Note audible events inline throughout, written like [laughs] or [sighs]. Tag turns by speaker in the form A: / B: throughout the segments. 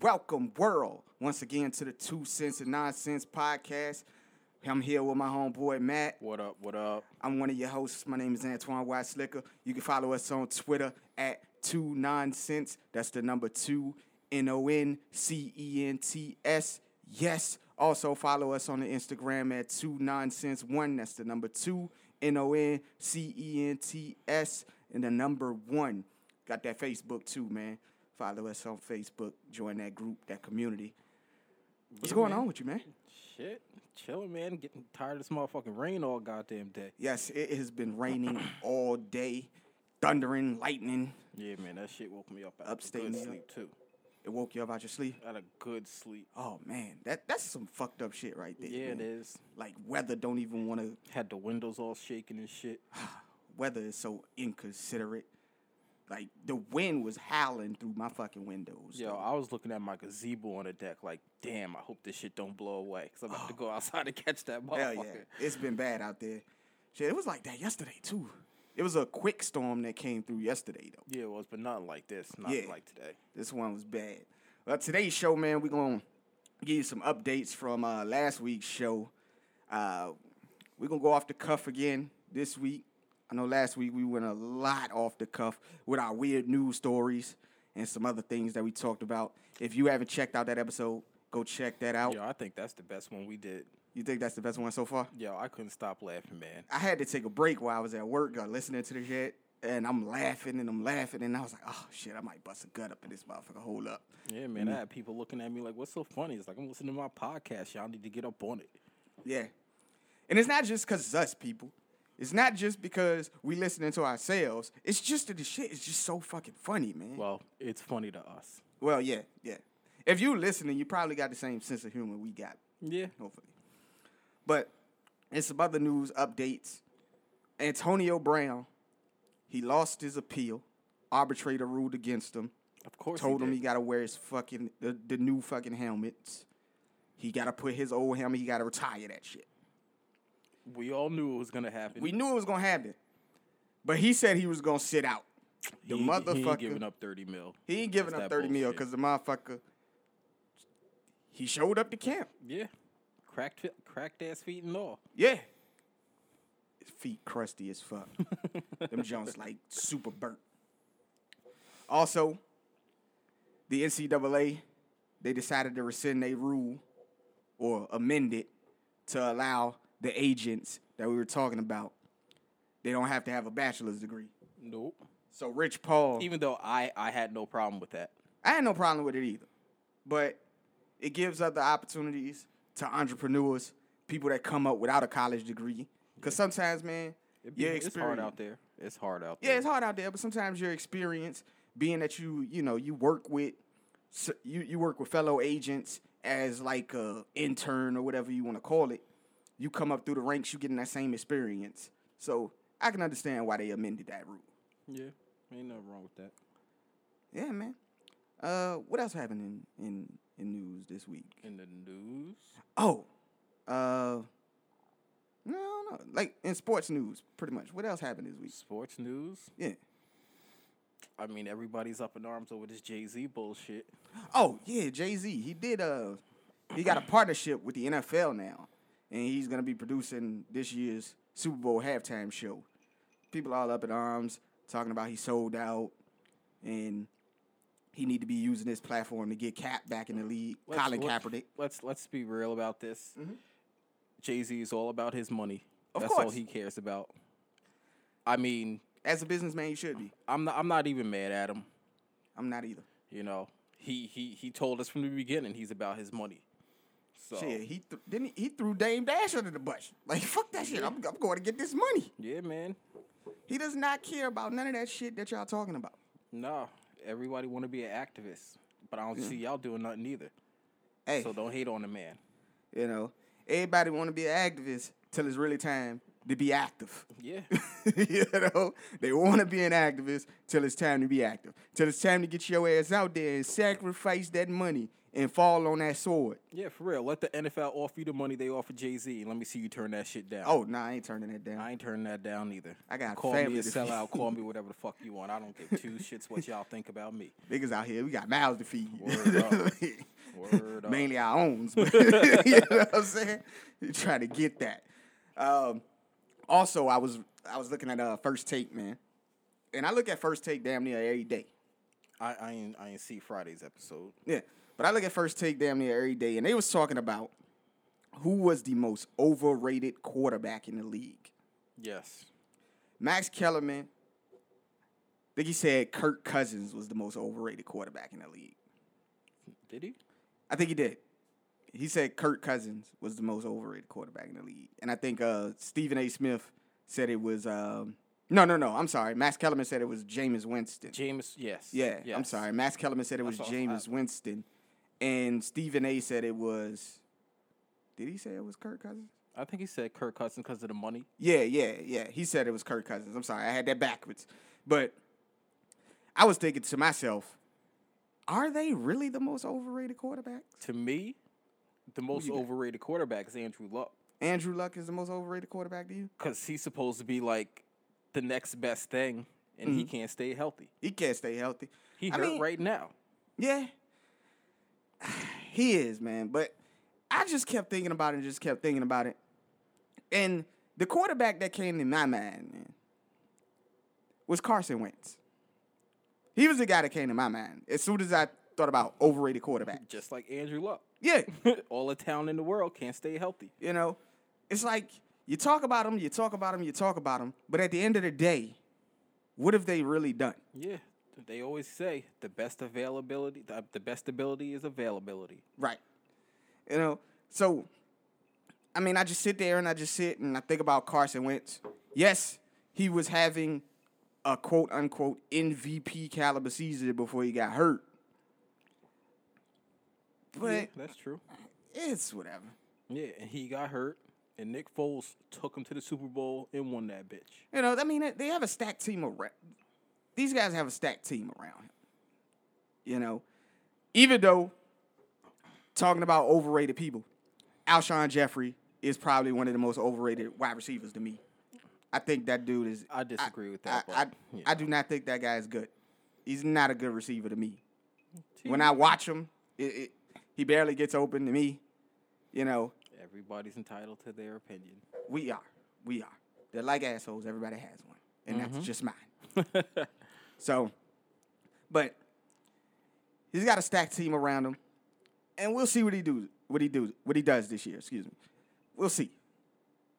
A: Welcome, world, once again to the Two Cents and Nonsense podcast. I'm here with my homeboy Matt.
B: What up? What up?
A: I'm one of your hosts. My name is Antoine White Slicker. You can follow us on Twitter at Two Nonsense. That's the number two N O N C E N T S. Yes. Also follow us on the Instagram at Two Nonsense One. That's the number two N O N C E N T S and the number one. Got that Facebook too, man. Follow us on Facebook. Join that group, that community. What's
B: Yeah,
A: going
B: man.
A: on with you, man?
B: Shit, chilling, man. Getting tired of this motherfucking rain all goddamn day.
A: Yes, it has been raining all day, thundering, lightning.
B: Yeah, man, that shit woke me up. I had a
A: Upstate
B: good
A: New York.
B: sleep too.
A: It woke you up out your sleep.
B: I had a good sleep.
A: Oh man, that that's some fucked up shit right there.
B: Yeah, it
A: man.
B: is.
A: Like weather don't even want to.
B: Had the windows all shaking and shit.
A: Weather is so inconsiderate. Like the wind was howling through my fucking windows.
B: Yo, I was looking at my gazebo on the deck, like, damn, I hope this shit don't blow away, cause I'm [gasps] about to go outside and catch that
A: Hell
B: motherfucker.
A: yeah, it's been bad out there. Shit, it was like that yesterday too. It was a quick storm that came through yesterday though.
B: Yeah, it was, but nothing like this. Not
A: Yeah.
B: like today.
A: This one was bad. Well, today's show, man, we're gonna give you some updates from uh, last week's show. Uh, we're gonna go off the cuff again this week. I know last week we went a lot off the cuff with our weird news stories and some other things that we talked about. If you haven't checked out that episode, go check that out.
B: Yo, I think that's the best one we did.
A: You think that's the best one so far?
B: Yo, I couldn't stop laughing, man.
A: I had to take a break while I was at work uh, listening to the shit, and I'm laughing and I'm laughing, and I was like, oh shit, I might bust a gut up in this motherfucker. Hold up.
B: Yeah, man, I had people looking at me like, "What's so funny?" It's like I'm listening to my podcast. Y'all need to get up on it.
A: Yeah. And it's not just because it's us, people. It's not just because we listening to ourselves. It's just that the shit is just so fucking funny, man. Well,
B: Well, it's funny to us.
A: yeah, yeah. If you listening, you probably got the same sense of humor we got,
B: Yeah.
A: hopefully. But in some other news updates, Antonio Brown, he lost his appeal. Arbitrator ruled against him.
B: Of course.
A: Told him
B: did.
A: he got to wear his fucking the, the new fucking helmets. He got to put his old helmet. He got to retire that shit.
B: we all knew it was gonna happen.
A: We knew it was gonna happen, but he said he was gonna sit out. The
B: He ain't- He
A: motherfucker-
B: ain't giving up thirty mil.
A: He ain't giving
B: That's
A: up
B: that
A: thirty mil
B: bullshit.
A: because the motherfucker he showed up to camp.
B: Yeah. Cracked, fi- cracked ass feet and all.
A: Yeah, his feet crusty as
B: [laughs]
A: fuck. Them Jones like super burnt. Also, the NCAA they decided to rescind their rule or amend it to allow the agents that we were talking about. They don't have to have a bachelor's degree.
B: Nope.
A: So Rich Paul,
B: Even though I, I had no problem with that.
A: I had no problem with it either. But it gives other opportunities to entrepreneurs, people that come up without a college degree. Because sometimes, man,
B: It be-
A: your
B: it's hard
A: experience.
B: out there. It's hard out there.
A: Yeah, it's hard out there, but sometimes your experience, being that you, you know, you work with s- you, you work with fellow agents as like a intern or whatever you want to call it, you come up through the ranks, you getting that same experience. So I can understand why they amended that rule.
B: yeah. Ain't nothing wrong with that.
A: Yeah, man. Uh, what else happened in in, in news this week?
B: In the news.
A: Oh, uh, no, no, like in sports news, pretty much. What else happened this week?
B: Sports news.
A: Yeah.
B: I mean, everybody's up in arms over this Jay Z bullshit.
A: Oh yeah, Jay Z. He did. Uh, he got a partnership with the NFL now, and he's gonna be producing this year's Super Bowl halftime show. People all up in arms talking about he sold out, and he need to be using this platform to get Cap back in the league.
B: Let's-
A: Colin
B: let's-
A: Kaepernick. Mm-hmm.
B: Let's let's be real about this. Jay Z is all about his money.
A: Of
B: That's all
A: course.
B: he cares about. I mean,
A: As a businessman, you should be.
B: I'm not I'm not even mad at him.
A: I'm not either.
B: You know, he he he told us from the beginning he's about his money. So
A: Shit, he th- didn't. He threw Dame Dash under the bus. Like fuck that shit. I'm, I'm going to get this money.
B: yeah, man.
A: He does not care about none of that shit that y'all talking about.
B: Nah, everybody want to be an activist, but I don't see y'all doing nothing either.
A: Hey,
B: So don't hate on the man.
A: you know, everybody want to be an activist till it's really time to be active. [laughs]
B: Yeah.
A: you know, they want to be an activist till it's time to be active. Till it's time to get your ass out there and sacrifice that money and fall on that sword.
B: Yeah, for real. Let the NFL offer you the money they offer Jay Z, and let me see you turn that shit down.
A: Oh, nah, I ain't turning that down.
B: I ain't turning that down either.
A: I got
B: call me
A: family
B: a
A: to
B: sellout.
A: feed. [laughs]
B: call me whatever the fuck you want. I don't give two shits what y'all think about me.
A: Niggas out here, we got mouths to feed.
B: Word
A: [laughs]
B: up. [laughs] Word up.
A: Mainly our owns, but [laughs] you know what I'm saying? You try to get that. Um, also, I was I was looking at uh, first take, man, and I look at first take damn near every day.
B: I, I ain't I ain't see Friday's episode.
A: Yeah, but I look at first take damn near every day, and they was talking about who was the most overrated quarterback in the league.
B: Yes.
A: Max Kellerman. I think he said Kirk Cousins was the most overrated quarterback in the league.
B: Did he?
A: I think he did. He said Kirk Cousins was the most overrated quarterback in the league, and I think uh, Stephen A. Smith said it was. Um, no, no, no. I'm sorry. Max Kellerman said it was Jameis Winston.
B: James. Yes.
A: yeah, I'm
B: yes.
A: sorry. Max Kellerman said it was
B: That's what I
A: Jameis Winston, and Stephen A. said it was. Did he say it was Kirk Cousins?
B: I think he said Kirk Cousins because of the money.
A: Yeah, yeah, yeah. He said it was Kirk Cousins. I'm sorry, I had that backwards. But I was thinking to myself, are they really the most overrated quarterbacks?
B: To me, the most overrated quarterback is Andrew Luck
A: Andrew Luck is the most overrated quarterback to you?
B: because he's supposed to be like the next best thing, and he can't stay healthy.
A: He can't stay healthy.
B: He
A: Mm-hmm. I
B: hurt
A: mean-
B: right now.
A: Yeah. [sighs] He is, man. But I just kept thinking about it and just kept thinking about it. And the quarterback that came to my mind, man, was Carson Wentz. He was the guy that came to my mind as soon as I thought about overrated quarterback.
B: [laughs] Just like Andrew
A: [laughs]
B: Luck.
A: Yeah.
B: All the town in the world can't stay healthy.
A: You know, it's like you talk about them, you talk about them, you talk about them, but at the end of the day, what have they really done?
B: Yeah, they always say the best availability, the, the best ability is availability.
A: Right. You know, so I mean, I just sit there and I just sit and I think about Carson Wentz. Yes, he was having a quote unquote MVP caliber season before he got hurt. But
B: Yeah, that's true.
A: it's whatever.
B: Yeah, and he got hurt, and Nick Foles took him to the Super Bowl and won that bitch.
A: You know, I mean, they- they have a stacked team around. These guys have a stacked team around him. You know, even though talking about overrated people, Alshon Jeffrey is probably one of the most overrated wide receivers to me. I think that dude is.
B: I disagree with that,
A: I, I,
B: but, you
A: I do not think that guy is good. He's not a good receiver to me. When I watch him, it, it, he barely gets open to me. You know,
B: Everybody's entitled to their opinion.
A: we are. We are. They're like assholes. Everybody has one. And
B: Mm-hmm.
A: that's just mine. [laughs] so, but he's got a stacked team around him. And we'll see what he do what he do what he does this year, excuse me. We'll see.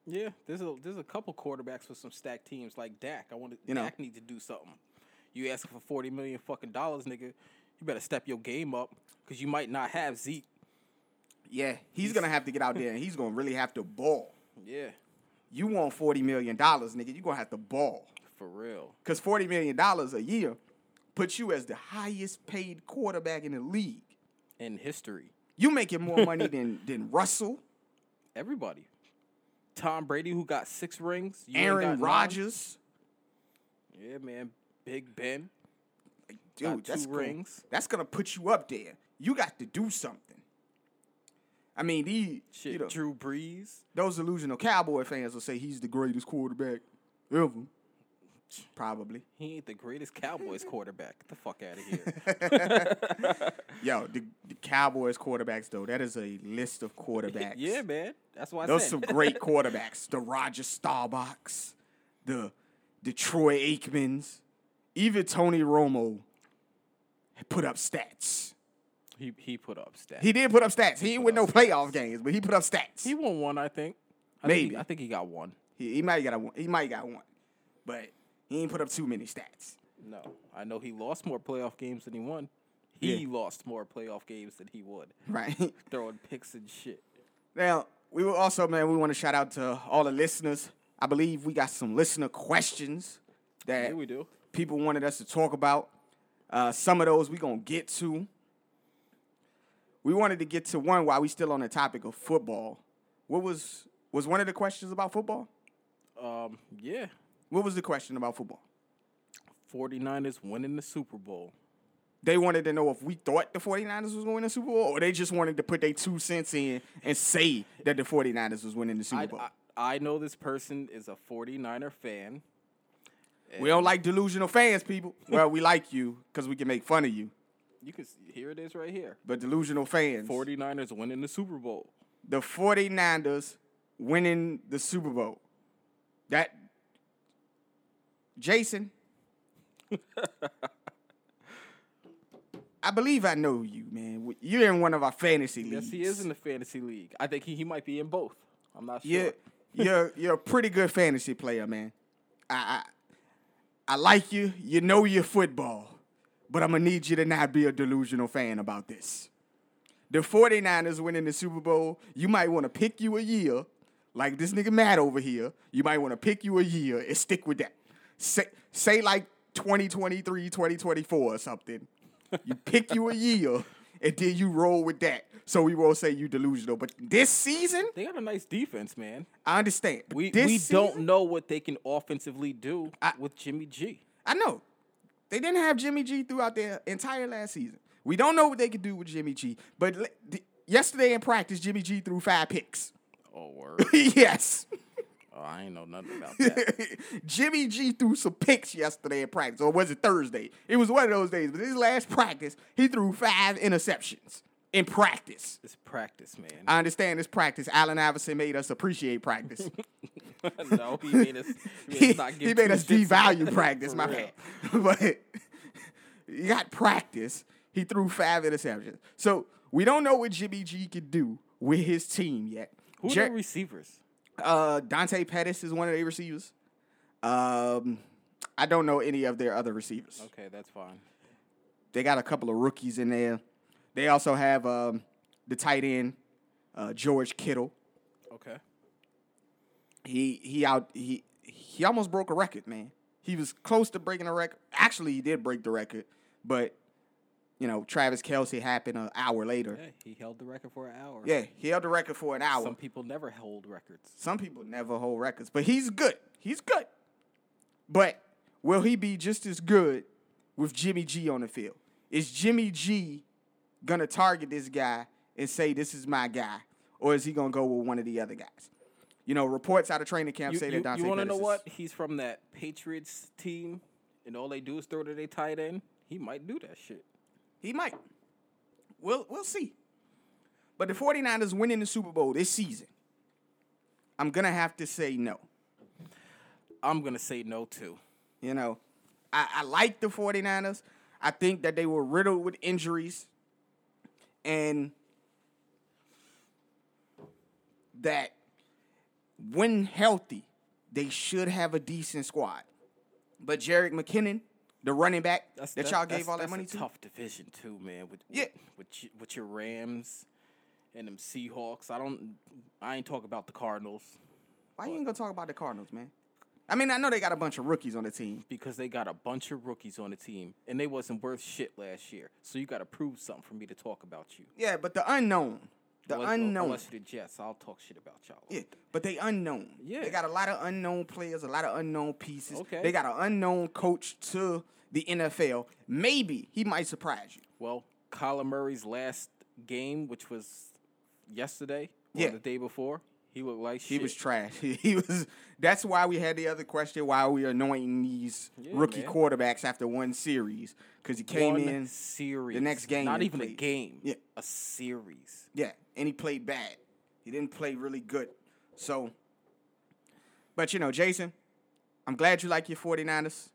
B: yeah, there's a there's a couple quarterbacks with some stacked teams like Dak. I want to
A: You know.
B: Dak needs to do something. You asking for forty million fucking dollars, nigga? You better step your game up because you might not have Zeke.
A: Yeah, he's gonna have to get out there and he's gonna really have to ball.
B: Yeah,
A: You want forty million dollars, nigga, you're gonna have to ball.
B: for real.
A: Cause forty million dollars a year puts you as the highest paid quarterback in the league.
B: In history.
A: You making
B: [laughs]
A: more money than than Russell,
B: Everybody. Tom Brady, who got six rings. You ain't got
A: Aaron
B: none.
A: Rodgers.
B: Yeah, man. Big Ben.
A: Dude,
B: Got
A: that's
B: two
A: gonna-
B: rings.
A: that's gonna put you up there. You got to do something. I mean, these
B: Shit.
A: you know,
B: Drew Brees.
A: those delusional cowboy fans will say he's the greatest quarterback ever. Probably.
B: He ain't the greatest [laughs] Cowboys quarterback. Get the fuck out of here.
A: Yo, the, the Cowboys quarterbacks though, that is a list of quarterbacks.
B: [laughs] yeah, man. That's why I
A: Those
B: said.
A: some great quarterbacks. The Roger Starbucks, the Detroit Aikmans, even Tony Romo put up stats.
B: [laughs] he, he put up stats. He,
A: He did put up stats. He ain't with no playoff games, but he put up stats.
B: won one, I think. I Think
A: Maybe.
B: he, I think he got one.
A: He, he might got a one. He might got one, but he ain't put up too many stats. [laughs]
B: No. I know he lost more playoff games than he won. He
A: Yeah.
B: lost more playoff games than he would.
A: Right
B: Throwing picks and shit.
A: now, we will also, man, we want to shout out to all the listeners. I believe we got some listener questions that
B: Yeah, we do.
A: people wanted us to talk about. Uh, some of those we gonna get to. We wanted to get to one while we still on the topic of football. What was was one of the questions about football?
B: Um, yeah,
A: What was the question about football?
B: 49ers winning the Super Bowl.
A: They wanted to know if we thought the 49ers was winning the Super Bowl, or they just wanted to put their two cents in and say that the 49ers was winning the Super
B: I,
A: Bowl.
B: I, I know this person is a 49er fan.
A: we don't like delusional fans, people. Well, we like you because we can make fun of you.
B: You can s- here it is right here.
A: But delusional fans,
B: 49ers winning the Super Bowl.
A: the 49ers winning the Super Bowl. That,
B: [laughs]
A: Jason, I believe I know you, man. You're in one of our fantasy leagues.
B: Yes, he is in the fantasy league. I think he, he might be in both. I'm not sure.
A: you're you're you're a pretty good fantasy player, man. I, I I like you. You know your football, but I'm gonna need you to not be a delusional fan about this. The 49ers winning the Super Bowl, you might want to pick you a year, like this nigga Matt over here. You might want to pick you a year and stick with that. Say say like 2023, 2024 or something. You pick you a year and then you roll with that. So we won't say you delusional. But this season,
B: They got a nice defense, man.
A: I understand. but
B: We
A: this
B: we don't
A: season-
B: know what they can offensively do with Jimmy G.
A: I know. They didn't have Jimmy G throughout their entire last season. We don't know what they could do with Jimmy G. But le- th- yesterday in practice, Jimmy G threw five picks. [laughs]
B: Oh word.
A: yes. [laughs]
B: Oh, I ain't know nothing about that.
A: Jimmy G threw some picks yesterday in practice, or was it Thursday? It was one of those days. But his last practice, he threw five interceptions in practice.
B: It's practice, man.
A: I understand this practice. Allen Iverson made us appreciate practice.
B: [laughs] no, he
A: [laughs]
B: made us. He made
A: he,
B: us, not
A: he
B: give
A: made
B: two
A: us
B: shits about
A: devalue
B: it.
A: practice,
B: For
A: my
B: real.
A: bad. [laughs] But you got practice. He threw five interceptions. So we don't know what Jimmy G could do with his team yet.
B: Who are
A: Jer-
B: the receivers?
A: uh, Dante Pettis is one of their receivers. Um, I don't know any of their other receivers.
B: Okay, that's fine.
A: They got a couple of rookies in there. They also have um, the tight end, uh, George Kittle.
B: Okay.
A: he he out he he almost broke a record, man. He was close to breaking a record. Actually, he did break the record, but you know, Travis Kelsey happened an hour later.
B: Yeah, he held the record for an hour.
A: Yeah, he held the record for an hour.
B: Some
A: Some,
B: people never hold records.
A: people never hold records, but he's good. He's good. But will he be just as good with Jimmy G on the field? Is Jimmy G gonna target this guy and say this is my guy, or is he gonna go with one of the other guys? You know, reports out of training camp
B: You,
A: say
B: you-
A: that Dante
B: you wanna
A: Pettis
B: know
A: is-
B: what? He's from that Patriots team, and all they do is throw to their tight end. He might do that shit.
A: He might. We'll we'll see. But the 49ers winning the Super Bowl this season. I'm gonna have to say no.
B: I'm gonna say no too.
A: You know, I, I like the 49ers. I think that they were riddled with injuries and that when healthy, they should have a decent squad. But Jarek McKinnon, the running back that, y'all gave
B: that's-
A: all that
B: that's
A: money
B: a
A: to,
B: Tough division too, man. With
A: Yeah.
B: with, with, y- with your Rams and them Seahawks. I don't. I ain't talk about the Cardinals
A: Why you ain't gonna talk about the Cardinals, man? I mean, I know they got a bunch of rookies on the team.
B: because they got a bunch of rookies on the team and they wasn't worth shit last year. So you got to prove something for me to talk about you.
A: Yeah, but the unknown, the
B: Unless-
A: unknown.
B: Unless you're the Jets, I'll talk shit about y'all.
A: yeah, but they unknown.
B: Yeah.
A: they got a lot of unknown players, a lot of unknown pieces.
B: Okay.
A: they got an unknown coach to the NFL. Maybe he might surprise you.
B: Well, Kyler Murray's last game, which was yesterday or
A: Yeah.
B: the day before, he looked like
A: He
B: shit.
A: was trash. [laughs] he was. That's why we had the other question: why we anointing these
B: Yeah,
A: rookie
B: man.
A: quarterbacks after one series? Because he came
B: One
A: in,
B: series.
A: next game
B: Not
A: they
B: even a
A: played.
B: game.
A: Yeah.
B: A series.
A: Yeah, and he played bad. He didn't play really good. So, but you know, Jason, I'm glad you like your 49ers.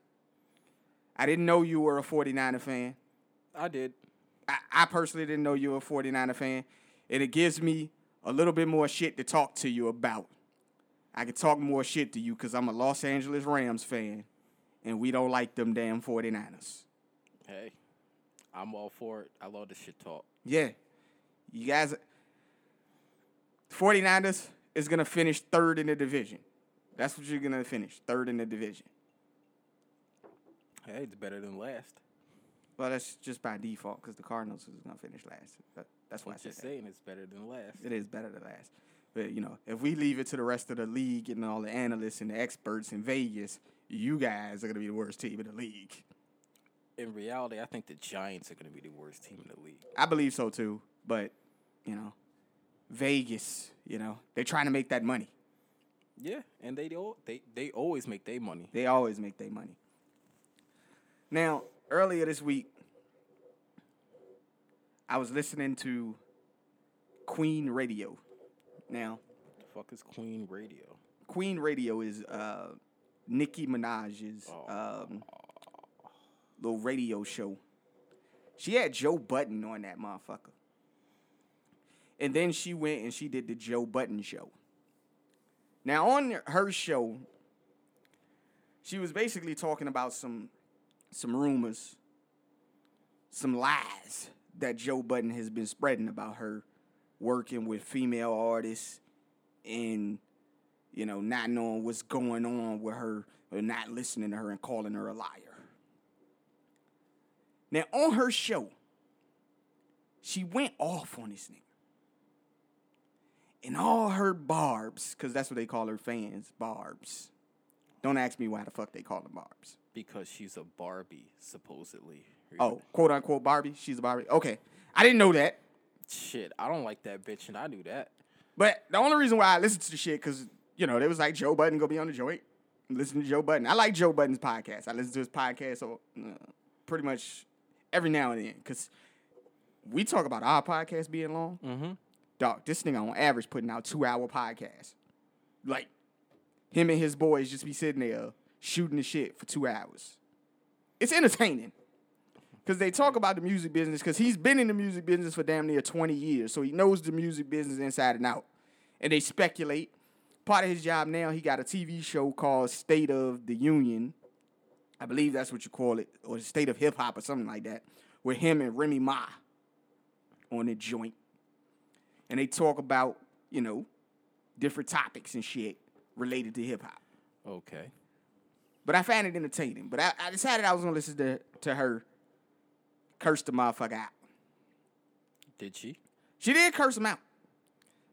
A: I didn't know you were a 49er fan.
B: I did.
A: I, I personally didn't know you were a 49er fan. And it gives me a little bit more shit to talk to you about. I can talk more shit to you because I'm a Los Angeles Rams fan and we don't like them damn 49ers.
B: Hey, I'm all for it. I love the shit talk.
A: Yeah. You guys 49ers is going to finish third in the division. That's what you're going to finish, third in the division.
B: Hey, it's better than last.
A: Well, that's just by default cuz the Cardinals is going to finish last. But that's why I
B: I'm
A: said
B: just
A: that.
B: saying it's better than last.
A: It is better than last. But you know, if we leave it to the rest of the league and all the analysts and the experts in Vegas, you guys are gonna be the worst team in the league.
B: In reality, I think the Giants are going to be the worst team in the league.
A: I believe so too, but you know, Vegas, you know, they're trying to make that money.
B: Yeah, and they do, they they always make their money.
A: They always make their money. Now, earlier this week, I was listening to Queen Radio. Now,
B: The fuck is Queen Radio?
A: Queen Radio is uh, Nicki Minaj's um, little radio show. She had Joe Button on that motherfucker. And then she went and she did the Joe Button show. Now, on her show, she was basically talking about some some rumors, some lies that Joe Button has been spreading about her working with female artists and you know, not knowing what's going on with her or not listening to her and calling her a liar. Now, on her show, she went off on this nigga. And all her barbs, because that's what they call her fans, barbs. Don't ask me why the fuck they call them barbs.
B: Because she's a Barbie, supposedly.
A: Oh, quote unquote Barbie. She's a Barbie. Okay. I didn't know that.
B: shit! I don't like that bitch, and I knew that.
A: But the only reason why I listened to the shit because you know they was like Joe Budden gonna be on the joint. Listen to Joe Budden. I like Joe Budden's podcast. I listen to his podcast so uh, pretty much every now and then because we talk about our podcast being long. Mm-hmm. Dog, this nigga on average putting out two hour podcasts. Like him and his boys just be sitting there shooting the shit for two hours. It's entertaining. Because they talk about the music business, because he's been in the music business for damn near 20 years. So he knows the music business inside and out. And they speculate. Part of his job now, he got a TV show called State of the Union. I believe that's what you call it, or State of Hip Hop or something like that, with him and Remy Ma on the joint. And they talk about, you know, different topics and shit related to hip hop.
B: Okay.
A: But I found it entertaining. But I, I decided I was gonna listen to, to her curse the motherfucker out.
B: Did she?
A: She did curse him out.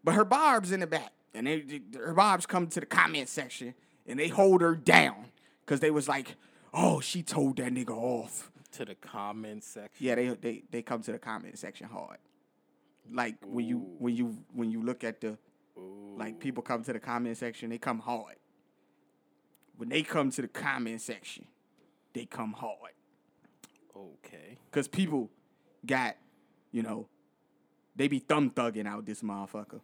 A: But her barbs in the back, and they, they- her barbs come to the comment section, and they hold her down because they was like, "Oh, she told that nigga off."
B: To the comment section.
A: Yeah, they they they come to the comment section hard. Like when you when you when you look at the like people come to the comment section, they come hard. When they come to the comment section, they come hard
B: Okay.
A: because people got you know they be thumb thugging out this motherfucker.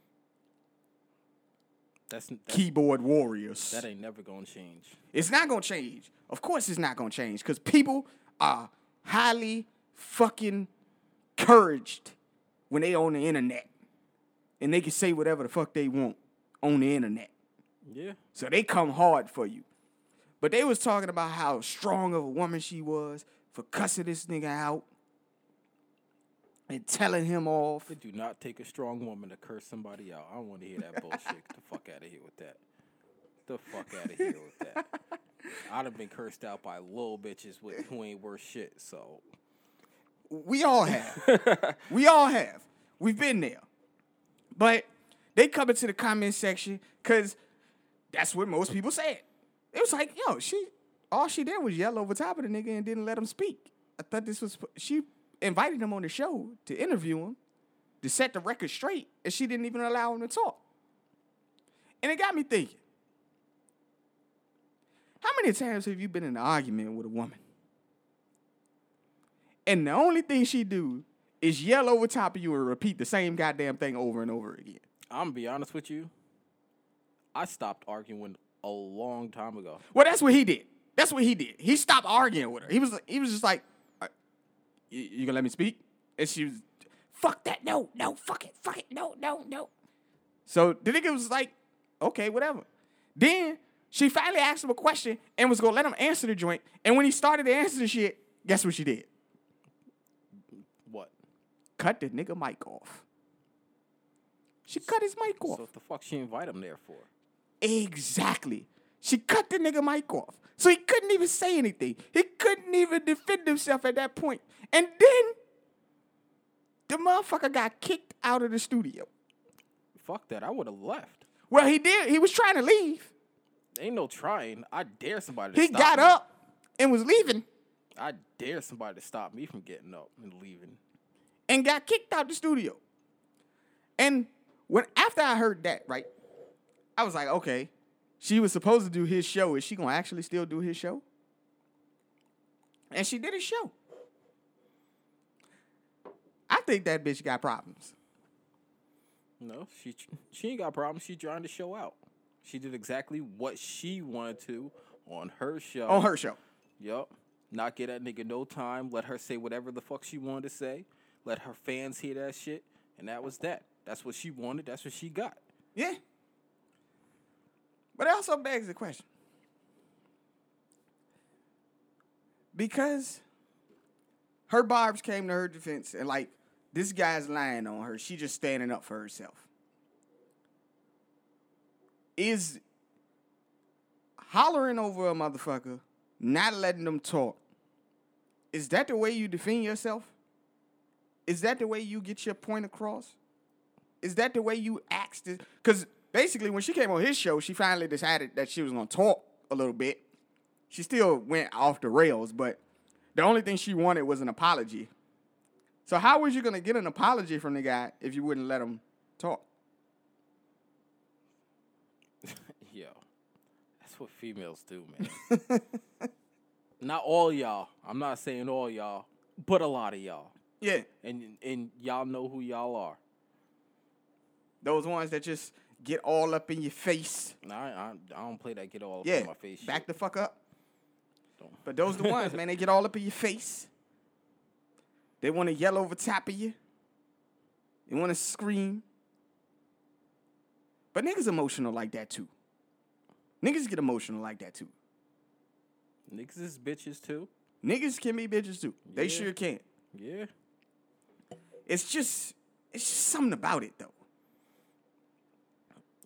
B: That's, that's
A: Keyboard warriors.
B: that ain't never gonna change.
A: It's not gonna change. Of course, it's not gonna change because people are highly fucking encouraged when they on the internet, and they can say whatever the fuck they want on the internet.
B: Yeah.
A: So they come hard for you. But they was talking about how strong of a woman she was for cussing this nigga out and telling him off.
B: It do not take a strong woman to curse somebody out. I don't want to hear that bullshit. Get the fuck out of here with that. The fuck out of here with [laughs] that. I'd have been cursed out by little bitches with who ain't worth shit. So
A: We all have. we all have. We've been there. But they come into the comment section because that's what most people said. It was like, yo, she all she did was yell over top of the nigga and didn't let him speak. I thought this was she invited him on the show to interview him to set the record straight, and she didn't even allow him to talk. And it got me thinking. How many times have you been in an argument with a woman? And the only thing she do is yell over top of you and repeat the same goddamn thing over and over again.
B: I'm gonna be honest with you. I stopped arguing a long time ago.
A: Well, that's what he did. That's what he did. He stopped arguing with her. He was he was just like, "Uh, "You, you gonna let me speak?" And she was, "Fuck that! No, no, fuck it, fuck it, no, no, no." So the nigga was like, "Okay, whatever." Then she finally asked him a question and was gonna let him answer the joint. And when he started to answer the shit, guess what she did?
B: What?
A: Cut the nigga mic off. She cut his mic off.
B: So what the fuck she invite him there for?
A: Exactly. She cut the nigga mic off. So he couldn't even say anything. He couldn't even defend himself at that point. And then the motherfucker got kicked out of the studio.
B: fuck that. I would have left.
A: Well, he did. He was trying to leave.
B: Ain't no trying. I dare somebody to
A: He
B: stop
A: got
B: me.
A: up and was leaving
B: I dare somebody to stop me from getting up and leaving.
A: and got kicked out the studio. And when after I heard that, right, I was like, okay, she was supposed to do his show. Is she gonna actually still do his show? And she did his show. I think that bitch got problems.
B: No, she she ain't got problems. She trying to show out. She did exactly what she wanted to on her show.
A: On her show.
B: Yup. Not give that nigga no time. Let her say whatever the fuck she wanted to say. Let her fans hear that shit. And that was that. That's what she wanted. That's what she got. [laughs]
A: Yeah. But it also begs the question. Because her barbs came to her defense and like this guy's lying on her. She just standing up for herself. Is hollering over a motherfucker, not letting them talk. Is that the way you defend yourself? Is that the way you get your point across? Is that the way you asked it? Because basically, when she came on his show, she finally decided that she was gonna talk a little bit. She still went off the rails, but the only thing she wanted was an apology. So how was you gonna get an apology from the guy if you wouldn't let him talk?
B: Yo. That's what females do, man.
A: [laughs]
B: not all y'all. I'm not saying all y'all, but a lot of y'all.
A: Yeah,
B: And and y'all know who y'all are.
A: those ones that just get all up in your face.
B: And I, I, I don't play that get all up
A: Yeah,
B: in my face.
A: back the fuck up.
B: shit. Don't-
A: But those the ones, man. They get all up in your face. They want to yell over top of you. They want to scream. But niggas emotional like that too. Niggas get emotional like that too.
B: Niggas is bitches too.
A: Niggas can be bitches too. They
B: Yeah.
A: sure can.
B: Yeah.
A: It's just, it's just something about it though.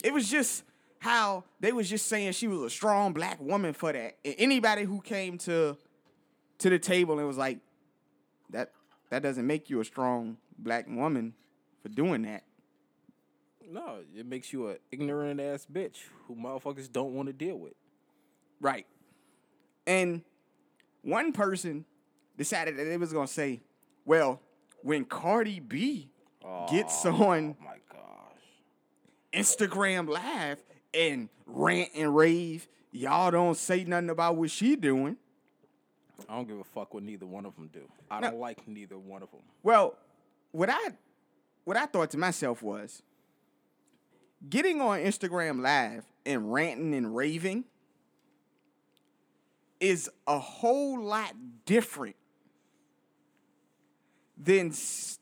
A: It was just how they was just saying she was a strong black woman for that. And anybody who came to to the table and was like, that that doesn't make you a strong black woman for doing that.
B: No, it makes you a ignorant ass bitch who motherfuckers don't want to deal with.
A: Right. And one person decided that they was gonna say, well, when Cardi B gets on
B: Oh my gosh.
A: Instagram live and rant and rave. Y'all don't say nothing about what she doing.
B: I don't give a fuck what neither one of them do. I
A: No.
B: don't like neither one of them.
A: Well, what I what I thought to myself was getting on Instagram live and ranting and raving is a whole lot different than s-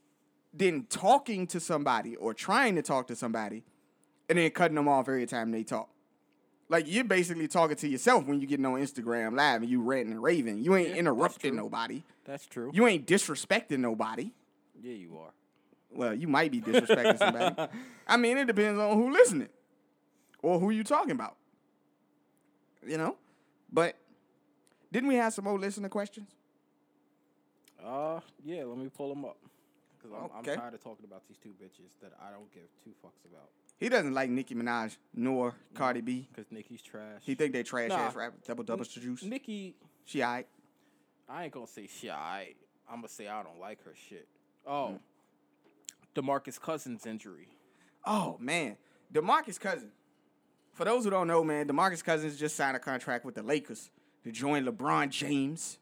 A: than talking to somebody or trying to talk to somebody and then cutting them off every time they talk. Like you're basically talking to yourself when you're getting on Instagram live and you ranting and raving. You ain't
B: Yeah, that's
A: interrupting
B: true.
A: nobody.
B: That's true.
A: You ain't disrespecting nobody.
B: yeah, you are.
A: Well, you might be disrespecting somebody. I mean, it depends on who listening or who you talking about. You know? But didn't we have some more listener questions?
B: Uh, yeah. Let me pull them up because I'm,
A: Okay.
B: I'm tired of talking about these two bitches that I don't give two fucks about.
A: He doesn't like Nicki Minaj nor Cardi B.
B: Because Nikki's trash.
A: He think they trash
B: Nah.
A: ass rap double double juice.
B: Nikki,
A: She alright.
B: I ain't gonna say shit. I, I'm gonna say I don't like her shit.
A: Hmm.
B: Oh, Demarcus Cousins injury.
A: Oh man, DeMarcus Cousins. For those who don't know, man, DeMarcus Cousins just signed a contract with the Lakers to join LeBron James,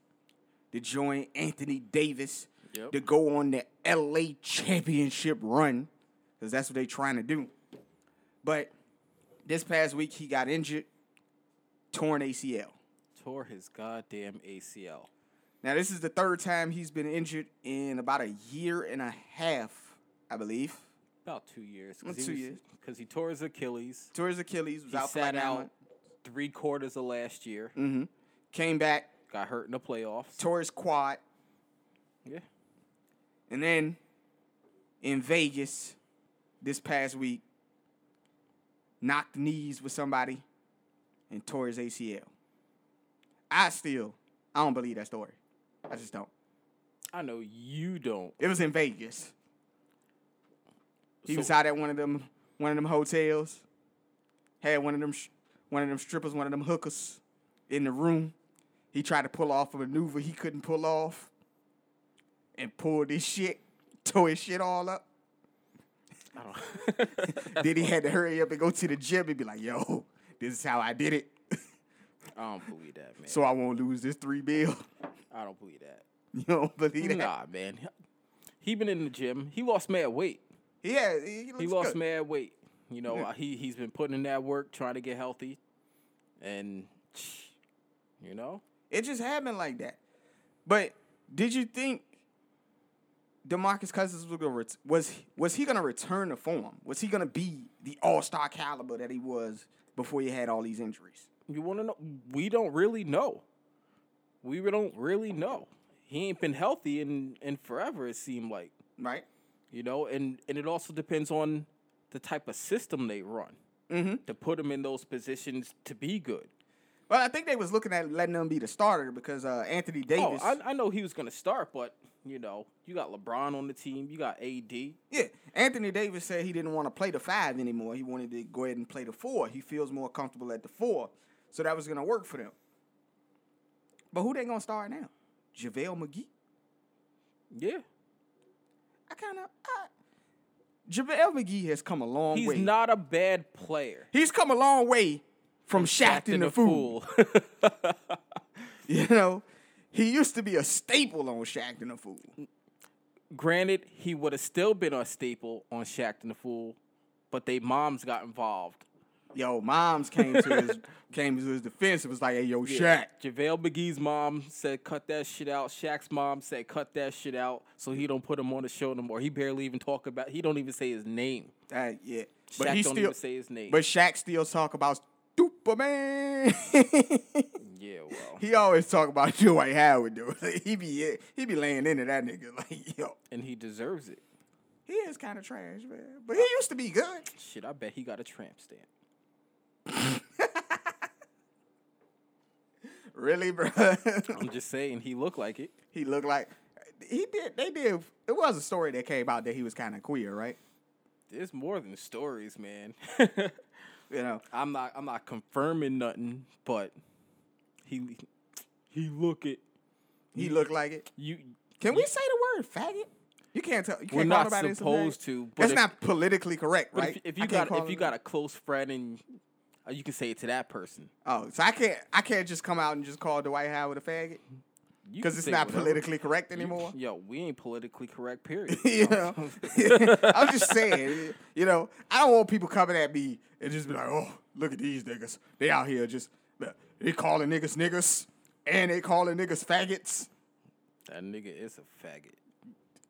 A: to join Anthony Davis,
B: Yep.
A: to go on the LA championship run, because that's what they're trying to do. But this past week he got injured, torn ACL.
B: Tore his goddamn ACL.
A: Now this is the third time he's been injured in about a year and a half, I believe.
B: About two years.
A: Two years.
B: Because he tore his Achilles.
A: Tore his Achilles, was
B: He
A: out for like
B: sat
A: nine
B: out
A: months. Hmm.
B: three quarters of last year.
A: came back,
B: Got hurt in the playoffs.
A: tore his quad,
B: yeah.
A: And then in Vegas this past week, knocked knees with somebody and tore his ACL. I still, I don't believe that story. I just don't.
B: I know you don't.
A: It was in Vegas. He
B: So-
A: was out at one of them one of them hotels, had one of them, sh- one of them strippers, one of them hookers in the room. He tried to pull off a maneuver he couldn't pull off, and pulled his shit, [laughs] tore his shit all up.
B: I don't. [laughs]
A: then he had to hurry up and go to the gym and be like, "Yo, this is how I did it,
B: I don't believe that, man.
A: so I won't lose this three bill."
B: I don't believe that.
A: [laughs] You don't believe that?
B: Nah, man. He been in the gym. He lost mad weight.
A: Yeah, he,
B: He
A: looks
B: lost
A: good.
B: mad weight. You know, uh, he he's been putting in that work, trying to get healthy, and [sniffs] you know,
A: It just happened like that. But did you think Demarcus Cousins was gonna ret- was was he gonna return to form? Was he gonna be the All Star caliber that he was before he had all these injuries?
B: you want to know? We don't really know. We re- don't really know. He ain't been healthy in in forever. It seemed like
A: Right.
B: you know, and and it also depends on the type of system they run to put him in those positions to be good.
A: Well, I think they was looking at letting him be the starter because uh, Anthony
B: Oh,
A: Davis.
B: I, I know he was going to start, but you know, you got LeBron on the team, you got AD.
A: yeah, Anthony Davis said he didn't want to play the five anymore. He wanted to go ahead and play the four. He feels more comfortable at the four, so that was gonna work for them. But who they gonna start now? JaVale McGee.
B: Yeah,
A: I kind of. JaVale McGee has come a long
B: he's
A: way.
B: not a bad player.
A: He's come a long way from shafting
B: Acting
A: the
B: a
A: fool.
B: fool.
A: [laughs]
B: [laughs]
A: You know, he used to be a staple on shafting the fool.
B: Granted, he would have still been a staple on Shaq and the Fool, but they moms got involved.
A: Yo, moms came to
B: [laughs]
A: his came to his defense. It was like, hey, yo, Shaq.
B: JaVale McGee's mom said cut that shit out. Shaq's mom said cut that shit out so he don't put him on the show no more. He barely even talk about he don't even say his name.
A: Uh, yeah,
B: Shaq
A: but he
B: don't
A: still.
B: even say his name.
A: But Shaq still talk about Superman. [laughs]
B: yeah, well.
A: he always talk about [laughs] Dwight Howard, dude. he be he be laying into that nigga [laughs] like, yo,
B: And he deserves it.
A: he is kind of trash, man. But he used to be good.
B: Shit, I bet he got a tramp stamp.
A: Really, bro. [laughs]
B: I'm just saying he looked like it.
A: he looked like he did. They did. It was a story that came out that he was kind of queer, right?
B: There's more than stories, man. [laughs]
A: You know,
B: I'm not I'm not confirming nothing, but he he look it. Mm.
A: he looked like it.
B: You
A: Can we say the word faggot? You can't tell. You can't
B: we're
A: call
B: not
A: nobody
B: supposed
A: It's
B: to, but
A: That's
B: if-
A: not politically correct,
B: but
A: right?
B: if, if
A: I
B: you
A: can't
B: got
A: call
B: if you
A: him-
B: got a close friend and uh, you can say it to that person.
A: oh, so I can't. I can't just come out and just call Dwight Howard a faggot
B: You
A: because
B: can
A: it's
B: say
A: not
B: whatever.
A: politically correct
B: You-
A: anymore. [laughs]
B: Yo, we ain't politically correct, period.
A: You know, [laughs] I'm just saying. You know, I don't want people coming at me and just be like, "Oh, look at these niggas. They out here just they calling niggas niggas, and they calling niggas faggots."
B: That nigga is a faggot.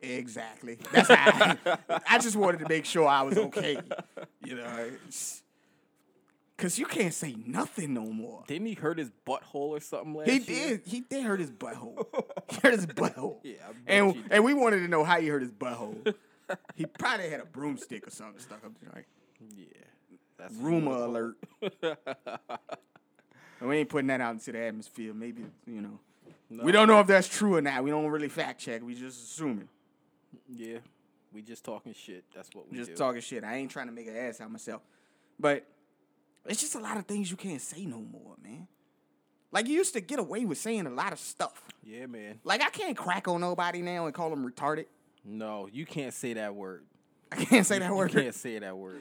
A: Exactly. That's how I, I just wanted to make sure I was okay. You know, it's- cause you can't say nothing no more.
B: Didn't he hurt his butthole or something last
A: He
B: year?
A: did. He did hurt his
B: [laughs]
A: butthole. He hurt his butthole.
B: Yeah, I bet
A: and
B: you did.
A: and we wanted to know how he hurt his
B: [laughs]
A: butthole. he probably had a broomstick or something stuck up there. Like,
B: Yeah. That's what
A: rumor
B: it was.
A: alert.
B: [laughs]
A: and we ain't putting that out into the atmosphere. Maybe you know, we don't know if that's true or not. We don't really fact check. We just assuming.
B: Yeah. We just talking shit. That's what we
A: just
B: do.
A: talking shit. I ain't trying to make an ass out of myself. But it's just a lot of things you can't say no more, man. Like you used to get away with saying a lot of stuff.
B: Yeah, man.
A: Like I can't crack on nobody now and call them retarded. [laughs]
B: No, you can't say that word.
A: I can't say that [laughs] word.
B: You can't say that word.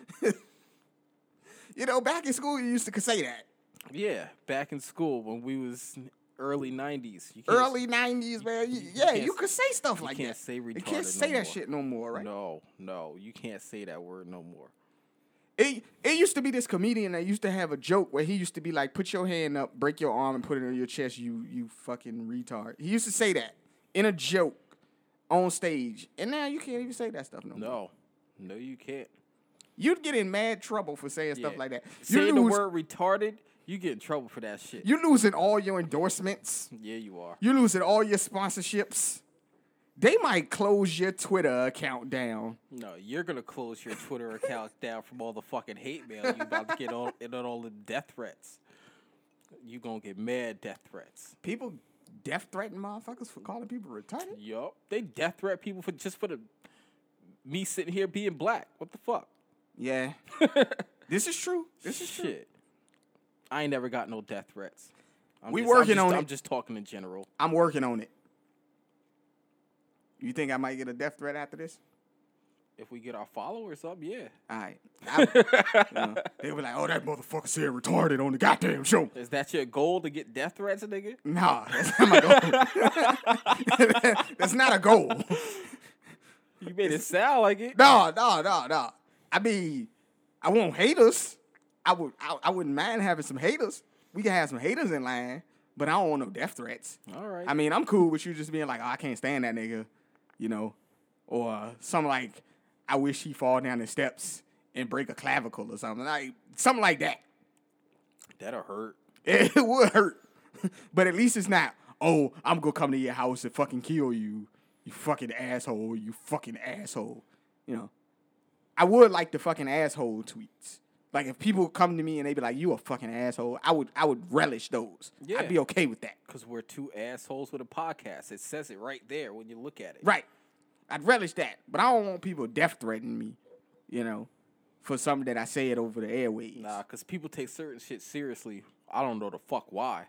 A: You know, back in school you used to could say that.
B: yeah, back in school when we was in early '90s, you can't,
A: Early nineties, man. You- yeah,
B: can't
A: you
B: s-
A: could say stuff like
B: can't
A: that.
B: say
A: you
B: retarded
A: can't say
B: no
A: that
B: more.
A: shit no more, right?
B: No, no, you can't say that word no more.
A: It it used to be this comedian that used to have a joke where he used to be like, "Put your hand up, break your arm, and put it on your chest, you you fucking retard." He used to say that in a joke on stage, and now you can't even say that stuff no, more.
B: No, no, you can't.
A: You'd get in mad trouble for saying stuff
B: Yeah.
A: like that. You
B: Saying
A: lose,
B: the word retarded, you get in trouble for that shit.
A: you losing all your endorsements.
B: yeah, you are.
A: You losing all your sponsorships. They might close your Twitter account down.
B: No, you're gonna close your Twitter account
A: [laughs]
B: down from all the fucking hate mail you about to get all and all the death threats. You gonna get mad death threats.
A: People death threaten motherfuckers for calling people retarded.
B: Yup, they death threat people for just for the me sitting here being black. What the fuck?
A: Yeah. this is true. This is true.
B: Shit. I ain't never got no death threats. I'm
A: We
B: just- I'm
A: working
B: just-
A: on it.
B: I'm just talking in general.
A: I'm working on it. You think I might get a death threat after this?
B: If we get our followers up, yeah.
A: All right. I- you know, they were like, "Oh, that motherfucker said retarded on the goddamn show."
B: Is that your goal to get death threats, nigga?
A: Nah, that's not my goal. [laughs] that's not a goal.
B: You made it sound like it.
A: No, no, no, no. I mean, I want haters. I would, I, I wouldn't mind having some haters. We can have some haters in line, but I don't want no death threats.
B: All right.
A: I mean, I'm cool with you just being like, oh, I can't stand that nigga, you know, or uh, something like, I wish he fall down the steps and break a clavicle or something like something like that.
B: That'll hurt.
A: It [laughs] would hurt, but at least it's not. Oh, I'm gonna come to your house and fucking kill you, you fucking asshole, you fucking asshole. You know, I would like the fucking asshole tweets. Like if people come to me and they be like, "You a fucking asshole," I would I would relish those.
B: Yeah.
A: I'd be okay with that.
B: Because we're two assholes with a podcast. It says it right there when you look at it.
A: Right. I'd relish that, but I don't want people death threatening me, you know, for something that I said over the airwaves.
B: Nah, because people take certain shit seriously. I don't know the fuck why.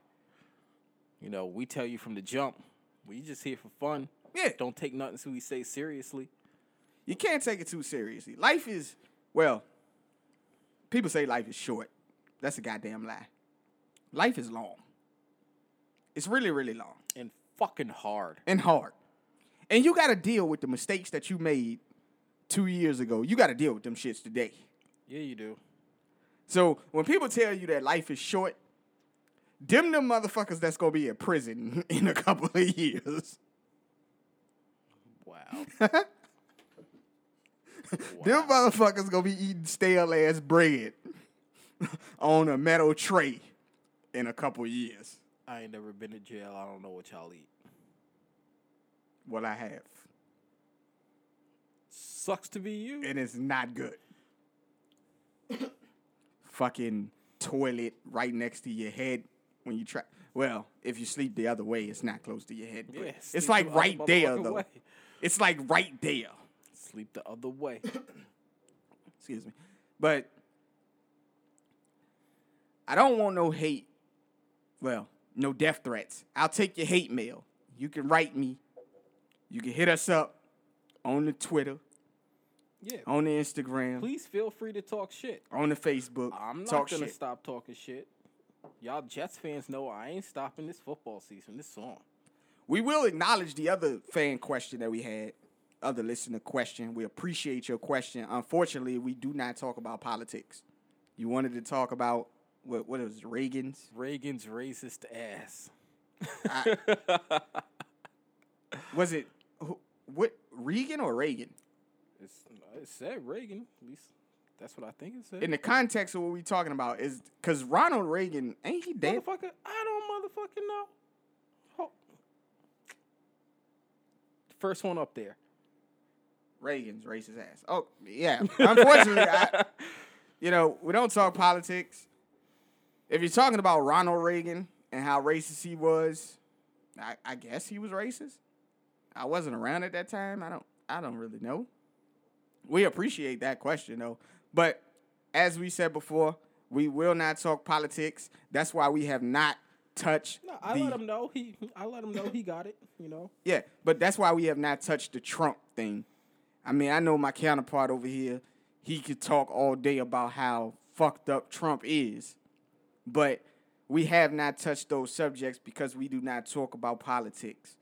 B: You know, we tell you from the jump, we just here for fun.
A: Yeah.
B: Don't take nothing we say seriously.
A: You can't take it too seriously. Life is, well, people say life is short. That's a goddamn lie. Life is long. It's really, really long
B: And fucking hard.
A: and hard. And you got to deal with the mistakes that you made two years ago. You got to deal with them shits today.
B: Yeah, you do.
A: So when people tell you that life is short, them them motherfuckers that's gonna be in prison [laughs] in a couple of years.
B: Wow.
A: Them motherfuckers gonna be eating stale ass bread [laughs] on a metal tray in a couple of years.
B: I ain't never been to jail. I don't know what y'all eat.
A: What I have.
B: Sucks to be you.
A: And it's not good. [coughs] Fucking toilet right next to your head when you try well, if you sleep the other way, it's not close to your head. but
B: Yeah,
A: it's
B: sleep
A: like
B: the other
A: right there
B: motherfucking
A: though.
B: way.
A: It's like right there.
B: Sleep the other [coughs] way.
A: excuse me. But I don't want no hate. Well, no death threats. I'll take your hate mail. You can write me. You can hit us up on the Twitter,
B: Yeah.
A: on the Instagram,
B: Please feel free to talk shit.
A: on the Facebook.
B: I'm not
A: Talk
B: gonna
A: shit.
B: stop talking shit. Y'all Jets fans know I ain't stopping this football season. This song.
A: We will acknowledge the other fan question that we had, other listener question. We appreciate your question. Unfortunately, we do not talk about politics. You wanted to talk about what? What is it, Reagan's?
B: Reagan's racist ass.
A: Was it who, what Reagan or Reagan?
B: It's, it said Reagan. At least that's what I think it said.
A: in the context of what we're talking about is because Ronald Reagan ain't he dead?
B: motherfucker, I don't motherfucking know. Ho- First one up there.
A: Reagan's racist ass. Oh yeah. Unfortunately,
B: [laughs]
A: I, you know we don't talk politics. If you're talking about Ronald Reagan and how racist he was, I, I guess he was racist. I wasn't around at that time. I don't. I don't really know. We appreciate that question though, but as we said before, we will not talk politics. That's why we have not touched.
B: No, I
A: the
B: let him know he. I let him know he got it. You know.
A: Yeah, but that's why we have not touched the Trump thing. I mean, I know my counterpart over here, he could talk all day about how fucked up Trump is, but we have not touched those subjects because we do not talk about politics.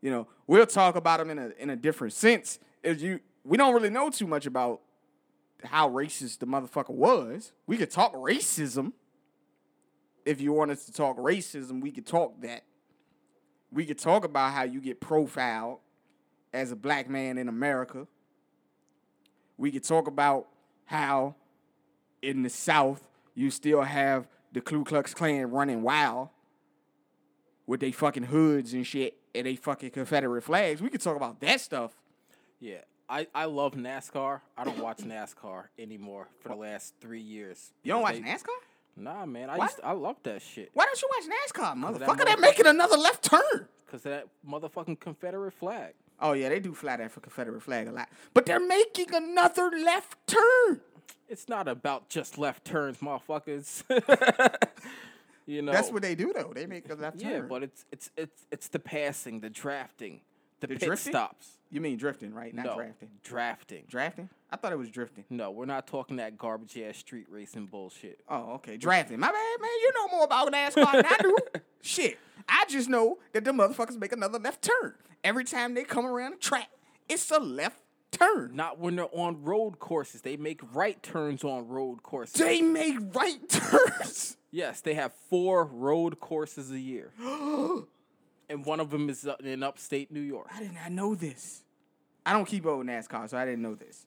A: You know, we'll talk about them in a in a different sense. If you we don't really know too much about how racist the motherfucker was. We could talk racism. If you want us to talk racism, we could talk that we could talk about how you get profiled as a black man in America. We could talk about how in the South you still have the Ku Klux Klan running wild with they fucking hoods and shit and they fucking Confederate flags. We could talk about that stuff.
B: Yeah, I, I love NASCAR. I don't watch NASCAR anymore for the last three years.
A: You don't watch
B: because they-
A: NASCAR?
B: Nah, man. I
A: What?
B: used to, I love that shit
A: Why don't you watch NASCAR,
B: that
A: motherfucker? They're
B: motherfucker-
A: making another left turn.
B: because that motherfucking Confederate flag.
A: Oh yeah, they do fly that for Confederate flag a lot, but they're making another left turn.
B: It's not about just left turns, motherfuckers. [laughs] you know.
A: That's what they do though. They make a left
B: Yeah,
A: turn.
B: but it's it's it's it's the passing, the drafting, the,
A: The
B: pit
A: drifting?
B: stops.
A: you mean drifting, right? Not
B: no,
A: drafting.
B: Drafting.
A: Drafting? I thought it was drifting.
B: No, we're not talking that garbage ass street racing bullshit.
A: Oh, okay. Drafting. My bad, man. You know more about NASCAR than I
B: [laughs]
A: do. Shit. I just know that the motherfuckers make another left turn. Every time they come around the track, it's a left turn.
B: Not when they're on road courses. They make right turns on road courses.
A: They make right [laughs] turns.
B: Yes, they have four road courses a year.
A: [gasps]
B: and one of them is up- in upstate New York.
A: I did not know this. I don't keep up with NASCAR, so I didn't know this.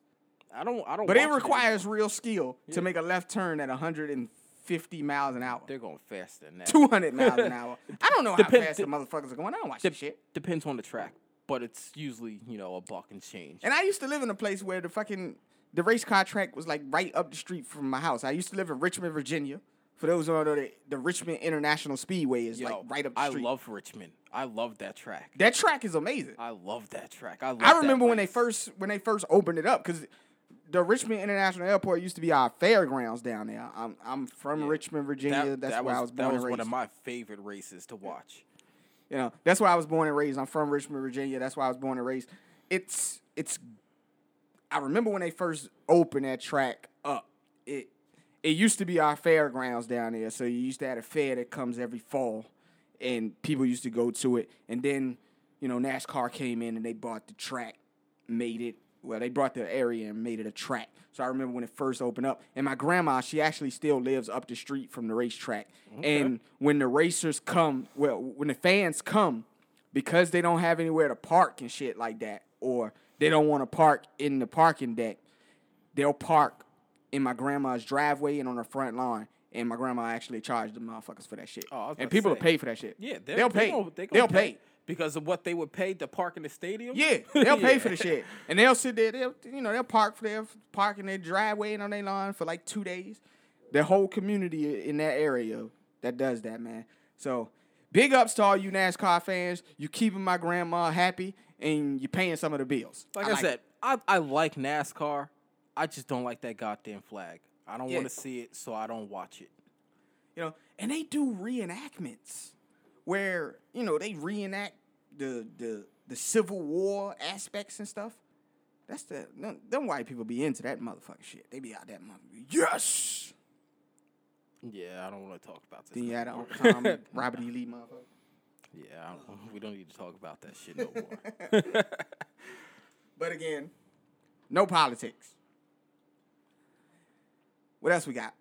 B: I don't I don't
A: But it
B: watch anymore.
A: requires real skill to make a left turn at 150 miles an hour.
B: They're going faster than that.
A: 200 miles
B: [laughs]
A: an hour. I don't know how
B: Depend-
A: fast the motherfuckers are going. I don't watch that shit.
B: Depends on the track, but it's usually you know a buck and change.
A: And I used to live in a place where the fucking the race car track was like right up the street from my house. I used to live in Richmond, Virginia. For those who don't know, the, the Richmond International Speedway is
B: Yo,
A: like right up the street.
B: I love Richmond. I love that track.
A: that track is amazing.
B: I love that track. I love
A: I
B: that
A: remember when they
B: race.
A: first when they first opened it up because the Richmond International Airport used to be our fairgrounds down there. I'm I'm from Richmond, Virginia. that's
B: that
A: where
B: was,
A: I was born
B: That
A: and
B: was
A: raised.
B: one of my favorite races to watch.
A: you know, that's where I was born and raised. I'm from Richmond, Virginia. That's why I was born and raised. It's it's. I remember when they first opened that track up. It it used to be our fairgrounds down there. So you used to have a fair that comes every fall, and people used to go to it. And then you know NASCAR came in and they bought the track, made it. Well, they brought the area and made it a track. So I remember when it first opened up. And my grandma, she actually still lives up the street from the racetrack. And when the racers come, well, when the fans come, because they don't have anywhere to park and shit like that, or they don't want to park in the parking deck, they'll park in my grandma's driveway and on her front lawn. And my grandma actually charged the motherfuckers for that shit.
B: Oh, I was about
A: and
B: to
A: people
B: say.
A: will pay for that shit.
B: Yeah,
A: they'll pay.
B: They gonna, they
A: they'll
B: gonna
A: pay.
B: because of what they would pay to park in the stadium. [laughs]
A: Yeah, they'll pay
B: Yeah.
A: for the shit, and they'll sit there. They'll you know they'll park for their park in their driveway and on their lawn for like two days. The whole community in that area that does that, man. So big ups to all you NASCAR fans. You keeping my grandma happy, and you paying some of the bills.
B: Like I,
A: like it.
B: said, I, I like NASCAR. I just don't like that goddamn flag. I don't
A: Yeah.
B: want to see it, so I don't watch it.
A: you know, and they do reenactments where you know they reenact the the the Civil War aspects and stuff. That's the them, them white people be into that motherfucking shit. They be out that motherfucker. Yes.
B: Yeah, I don't want to talk about this.
A: Then you
B: no
A: had
B: more.
A: Uncle Tom, Robert E. Lee, motherfucker.
B: Yeah, I don't, [laughs] we don't need to talk about that shit no [laughs] more.
A: But again, no politics. What else we got?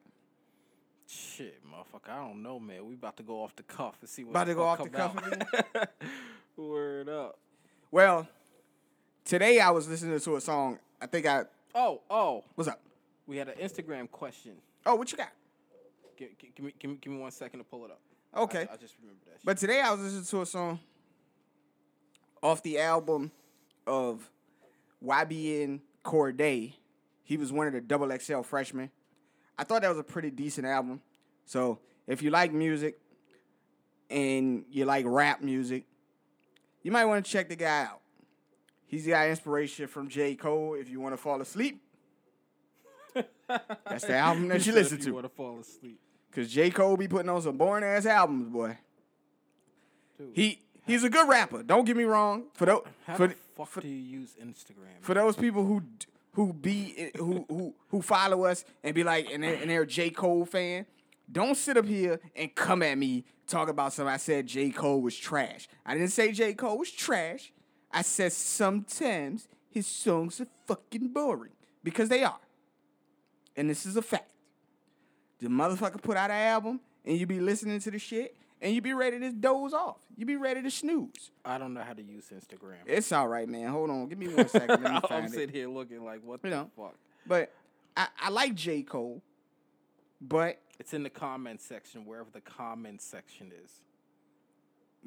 B: shit, motherfucker, I don't know, man. We about to go off the cuff and see what
A: About
B: the
A: to go off the cuff
B: fuck come
A: again?
B: out. [laughs] Word up.
A: Well, today I was listening to a song. I think I
B: Oh, oh,
A: what's up?
B: we had an Instagram question.
A: Oh, what you got?
B: Give, give, me, give me, give me one second to pull it up. I-
A: Okay.
B: I, just remember that. Shit.
A: But today I was listening to a song off the album of YBN Corday. He was one of the double XL freshmen. I thought that was a pretty decent album. So if you like music and you like rap music, you might want to check the guy out. He's got inspiration from J. Cole if you want to fall
B: [laughs]
A: asleep. That's the album that you
B: said if
A: listen to.
B: You want to fall asleep?
A: Cause J. Cole be putting on some boring ass albums, boy.
B: Dude.
A: He he's a good rapper. Don't get me wrong. For those
B: How
A: for,
B: the fuck do you use Instagram?
A: for those people who d- who be who who who follow us and be like and they're, and they're a J. Cole fan, don't sit up here and come at me talk about something. I said J. Cole was trash. I didn't say J. Cole was trash. I said sometimes his songs are fucking boring because they are, and this is a fact. The motherfucker put out an album and you be listening to the shit and you be ready to doze off. You be ready to snooze.
B: I don't know how to use Instagram.
A: It's all right, man. Hold on. Give me one
B: [laughs]
A: second. Let me
B: I'm
A: find it.
B: sitting here looking like, what the
A: You know.
B: fuck?
A: But I, I like J. Cole, but
B: It's in the comment section, wherever the comment section is.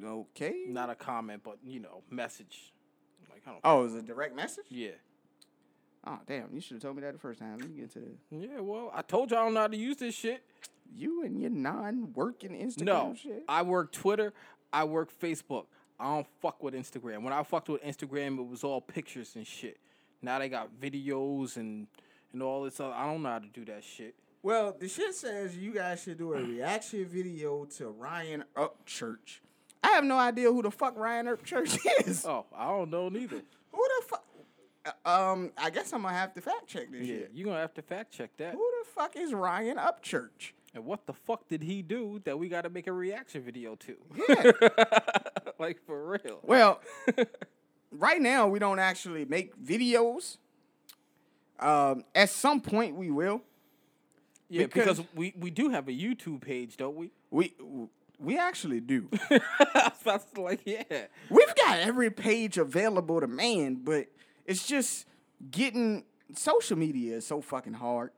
A: okay.
B: Not a comment, but you know, message. Like, I don't.
A: Oh, it was a direct message?
B: Yeah.
A: Oh, damn. You should have told me that the first time. Let me get to the.
B: Yeah. Well, I told you I don't know how to use this shit.
A: You and your non working Instagram
B: No,
A: shit.
B: I work Twitter. I work Facebook. I don't fuck with Instagram. When I fucked with Instagram, it was all pictures and shit. Now they got videos and and all this other. I don't know how to do that shit.
A: Well, the shit says you guys should do a reaction video to Ryan Upchurch. I have no idea who the fuck Ryan Upchurch [laughs] is.
B: Oh, I don't
A: [laughs]
B: know neither.
A: Who the fuck? Um, I guess I'm gonna have to fact check this
B: Yeah,
A: shit.
B: you're gonna have to fact check that.
A: Who the fuck is Ryan Upchurch?
B: And what the fuck did he do that we got to make a reaction video to?
A: Yeah.
B: [laughs] like for real.
A: Well, right now we don't actually make videos. Um, at some point we will.
B: Yeah,
A: because-
B: because, we, we do have a YouTube page, don't we? [laughs]
A: We we actually do.
B: I was about to like, yeah.
A: We've got every page available to man, but it's just getting social media is so fucking hard.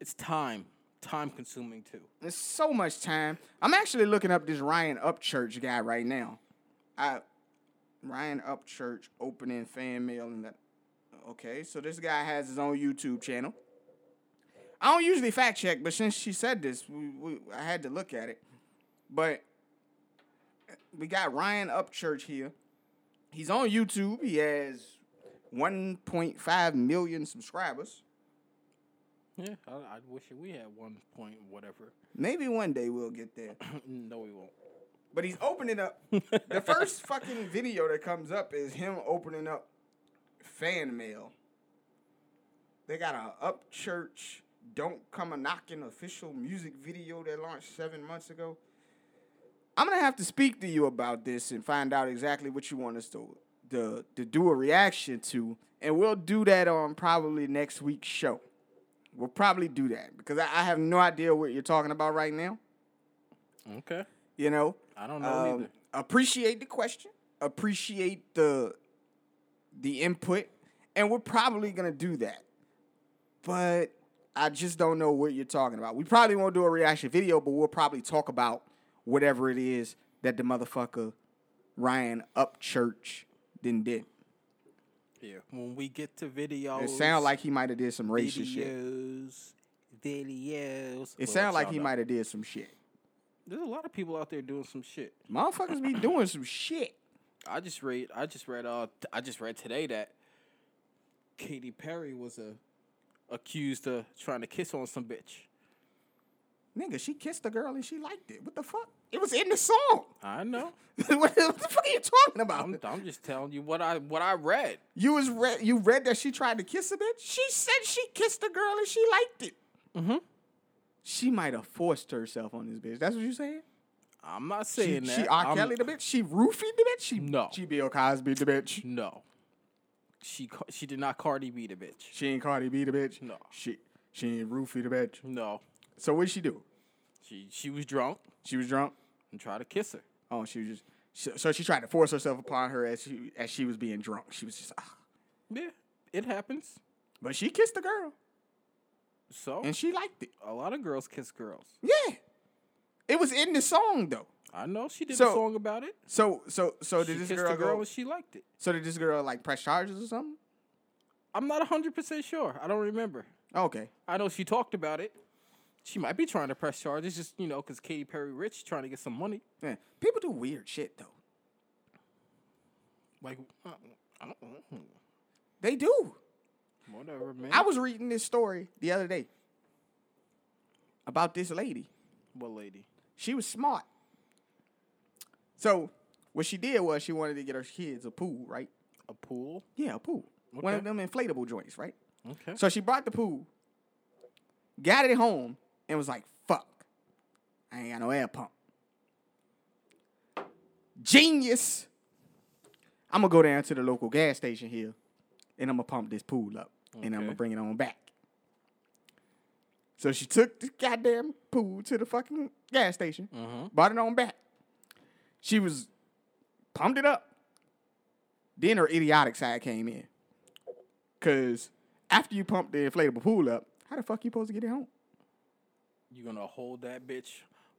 B: It's time. Time consuming too.
A: There's so much time. I'm actually looking up this Ryan Upchurch guy right now. I Ryan Upchurch opening fan mail and that. Okay, so this guy has his own YouTube channel. I don't usually fact check, but since she said this, we, we, I had to look at it. But uh, we got Ryan Upchurch here. He's on YouTube. He has 1.5 million subscribers.
B: Yeah, I, I wish we had one point whatever. [clears throat]
A: Maybe one day we'll get there.
B: no, we won't.
A: But he's opening up. the first fucking video that comes up is him opening up fan mail. They got a Upchurch Don't Come a Knocking official music video that launched seven months ago. I'm gonna have to speak to you about this and find out exactly what you want us to to, to do a reaction to, and we'll do that on probably next week's show. We'll probably do that because I, I have no idea what you're talking about right now.
B: Okay.
A: You know,
B: I don't know
A: um,
B: either.
A: Appreciate the question. Appreciate the the input, and we're probably gonna do that. But I just don't know what you're talking about. We probably won't do a reaction video, but we'll probably talk about whatever it is that the motherfucker Ryan Upchurch didn't did.
B: Yeah. When we get to videos.
A: It sound like he might have did some racist shit.
B: videos. Videos.
A: It sound like he might have did some shit.
B: There's a lot of people out there doing some shit.
A: Motherfuckers be doing some shit.
B: I just read. I just read. Uh, t- I just read today that Katy Perry was uh, accused of trying to kiss on some bitch.
A: Nigga, she kissed a girl and she liked it. What the fuck? It was in the song.
B: I know.
A: [laughs] what, the- what the fuck are you talking about?
B: I'm, I'm just telling you what I what I read.
A: you was re- you read that she tried to kiss a bitch. She said she kissed a girl and she liked it.
B: Mhm.
A: She might have forced herself on this bitch. That's what you saying?
B: I'm not
A: She,
B: saying that.
A: she R.
B: I'm-
A: Kelly the bitch. She roofied the bitch. She
B: No.
A: She Bill Cosby the bitch.
B: No. She ca- she did not Cardi B the bitch.
A: She ain't Cardi B the bitch.
B: No.
A: She she ain't roofie the bitch.
B: No.
A: So what did she do?
B: She she was drunk
A: She was drunk.
B: and tried to kiss her.
A: Oh, she was just. so- So she tried to force herself upon her as she as she was being drunk. She was just, ah.
B: Yeah, it happens.
A: but she kissed the girl
B: So
A: and she liked it.
B: a lot of girls kiss girls.
A: Yeah, it was in the song though.
B: I know she did
A: So-
B: a song about it.
A: So so so
B: She
A: did this
B: kissed
A: girl,
B: a girl
A: go,
B: and she liked it.
A: so did this girl like press charges or something?
B: I'm not 100% sure. I don't remember.
A: Oh, Okay.
B: I know she talked about it. She might be trying to press charges, just you know, because Katy Perry rich trying to get some money.
A: Yeah. People do weird shit though.
B: Like, uh, I don't know.
A: They do.
B: whatever, man.
A: I was reading this story the other day about this lady.
B: what lady?
A: She was smart. So what she did was she wanted to get her kids a pool, right?
B: A pool?
A: Yeah, a pool. One of
B: Okay.
A: them inflatable joints, right?
B: Okay.
A: So she brought the pool, got it home, and was like, fuck, I ain't got no air pump. Genius. I'm going to go down to the local gas station here, and I'm going to pump this pool up, and I'm going
B: Okay.
A: to bring it on back. So she took the goddamn pool to the fucking gas station,
B: Mm-hmm.
A: brought it on back. She was pumped it up. Then her idiotic side came in. Cause after you pump the inflatable pool up, how the fuck you supposed to get it home?
B: You gonna hold that bitch?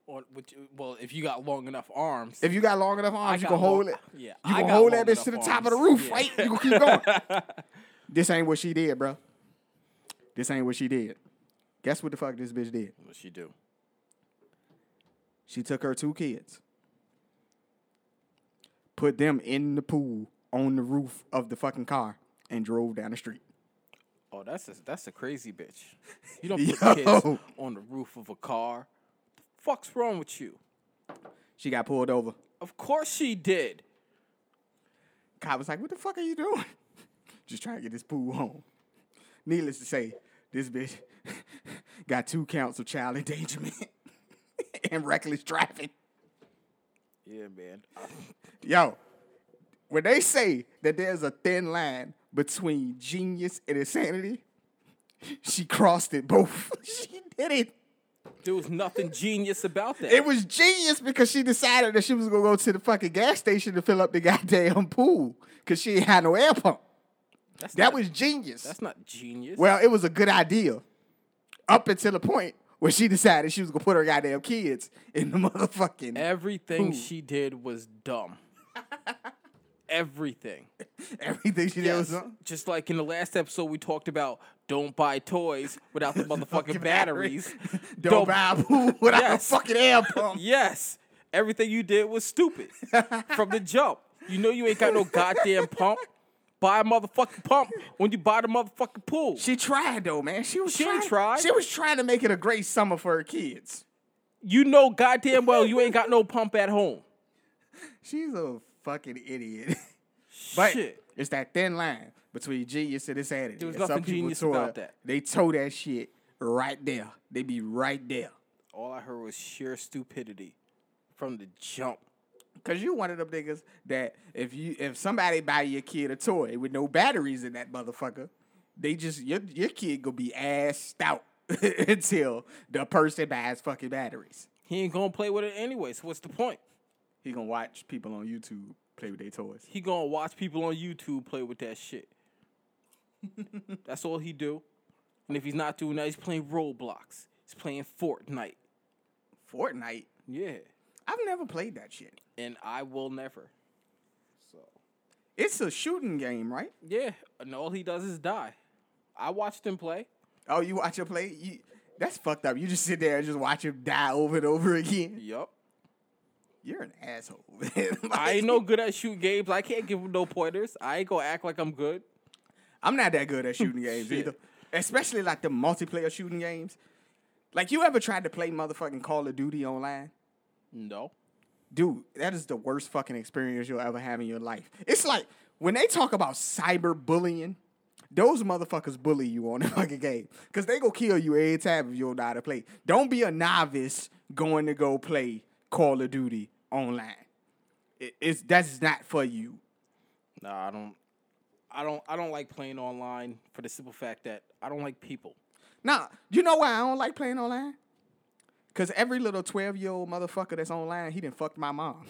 B: Or which, well, if you got long enough arms,
A: If you got long enough arms, you
B: got
A: can hold
B: long-
A: it.
B: yeah, I
A: you can
B: got
A: hold that
B: long
A: bitch to the
B: enough
A: top of the
B: arms.
A: roof,
B: Yeah.
A: right? You can keep going.
B: [laughs]
A: this ain't what she did, bro. This ain't what she did. Guess what the fuck this bitch did?
B: what she do?
A: She took her two kids, put them in the pool on the roof of the fucking car, and drove down the street.
B: Oh, that's a, that's a crazy bitch. You [laughs] don't put
A: Yo.
B: kids on the roof of a car. The fuck's wrong with you?
A: She got pulled over.
B: Of course she did.
A: Cop was like, "What the fuck are you doing? [laughs] Just trying to get this pool home." Needless to say, this bitch [laughs] got two counts of child endangerment [laughs] and reckless driving.
B: Yeah, man.
A: Yo, when they say that there's a thin line between genius and insanity, [laughs] she crossed it both. [laughs] she did it.
B: There was nothing genius about that.
A: It was genius because she decided that she was gonna go to the fucking gas station to fill up the goddamn pool because she ain't had no air pump.
B: that's
A: That
B: not,
A: was genius.
B: that's not genius.
A: Well, it was a good idea up until the point where she decided she was gonna put her goddamn kids in the motherfucking.
B: Everything she did was
A: [laughs]
B: dumb. Everything.
A: Everything she did was
B: Yes. Just like in the last episode, we talked about don't buy toys
A: [laughs]
B: without the motherfucking batteries.
A: Don't,
B: [laughs]
A: buy a pool [laughs] without
B: Yes.
A: a fucking air
B: [laughs]
A: pump.
B: Yes, everything you did was
A: [laughs]
B: stupid from the jump. You know you ain't got no goddamn pump. Buy a motherfucking pump when you buy the motherfucking pool.
A: She tried though, man. She was
B: She
A: trying,
B: tried.
A: She was trying to make it a great summer for her kids.
B: You know goddamn well you ain't got no pump at home.
A: She's a fucking idiot. [laughs] but
B: Shit.
A: it's that thin line between genius and insanity. There
B: was nothing genius about that.
A: They tow that shit right there. They be right there.
B: All I heard was sheer stupidity from the jump.
A: Cause you one of them niggas that if you if somebody buy your kid a toy with no batteries in that motherfucker, they just your your kid gonna be assed out [laughs] until the person buys fucking batteries.
B: He ain't gonna play with it anyway, so what's the point?
A: He gonna watch people on YouTube play with their toys.
B: He gonna watch people on YouTube play with that [laughs] shit. That's all he do. And if he's not doing that, he's playing Roblox. He's playing Fortnite.
A: Fortnite.
B: Yeah.
A: I've never played that shit.
B: And I will never.
A: It's a shooting game, right?
B: Yeah, and all he does is die. I watched him play.
A: Oh, you watch him play? You, that's fucked up. You just sit there and just watch him die over and over again.
B: Yup.
A: You're an asshole. [laughs]
B: I ain't
A: Like,
B: no good at shoot games. I can't give him no pointers. I ain't gonna act like I'm good.
A: I'm not that good at shooting games
B: Shit.
A: either. Especially like the multiplayer shooting games. Like you ever tried to play motherfucking Call of Duty online?
B: No.
A: Dude, that is the worst fucking experience you'll ever have in your life. It's like when they talk about cyberbullying, those motherfuckers bully you on the [laughs] fucking game. Cause they go kill you every time if you don't know how to play. Don't be a novice going to go play Call of Duty online. It- it's that's not for you.
B: Nah, I don't. I don't. I don't like playing online for the simple fact that I don't like people.
A: Nah, you know why I don't like playing online? Cause every little twelve year old motherfucker that's online, he done fucked my mom.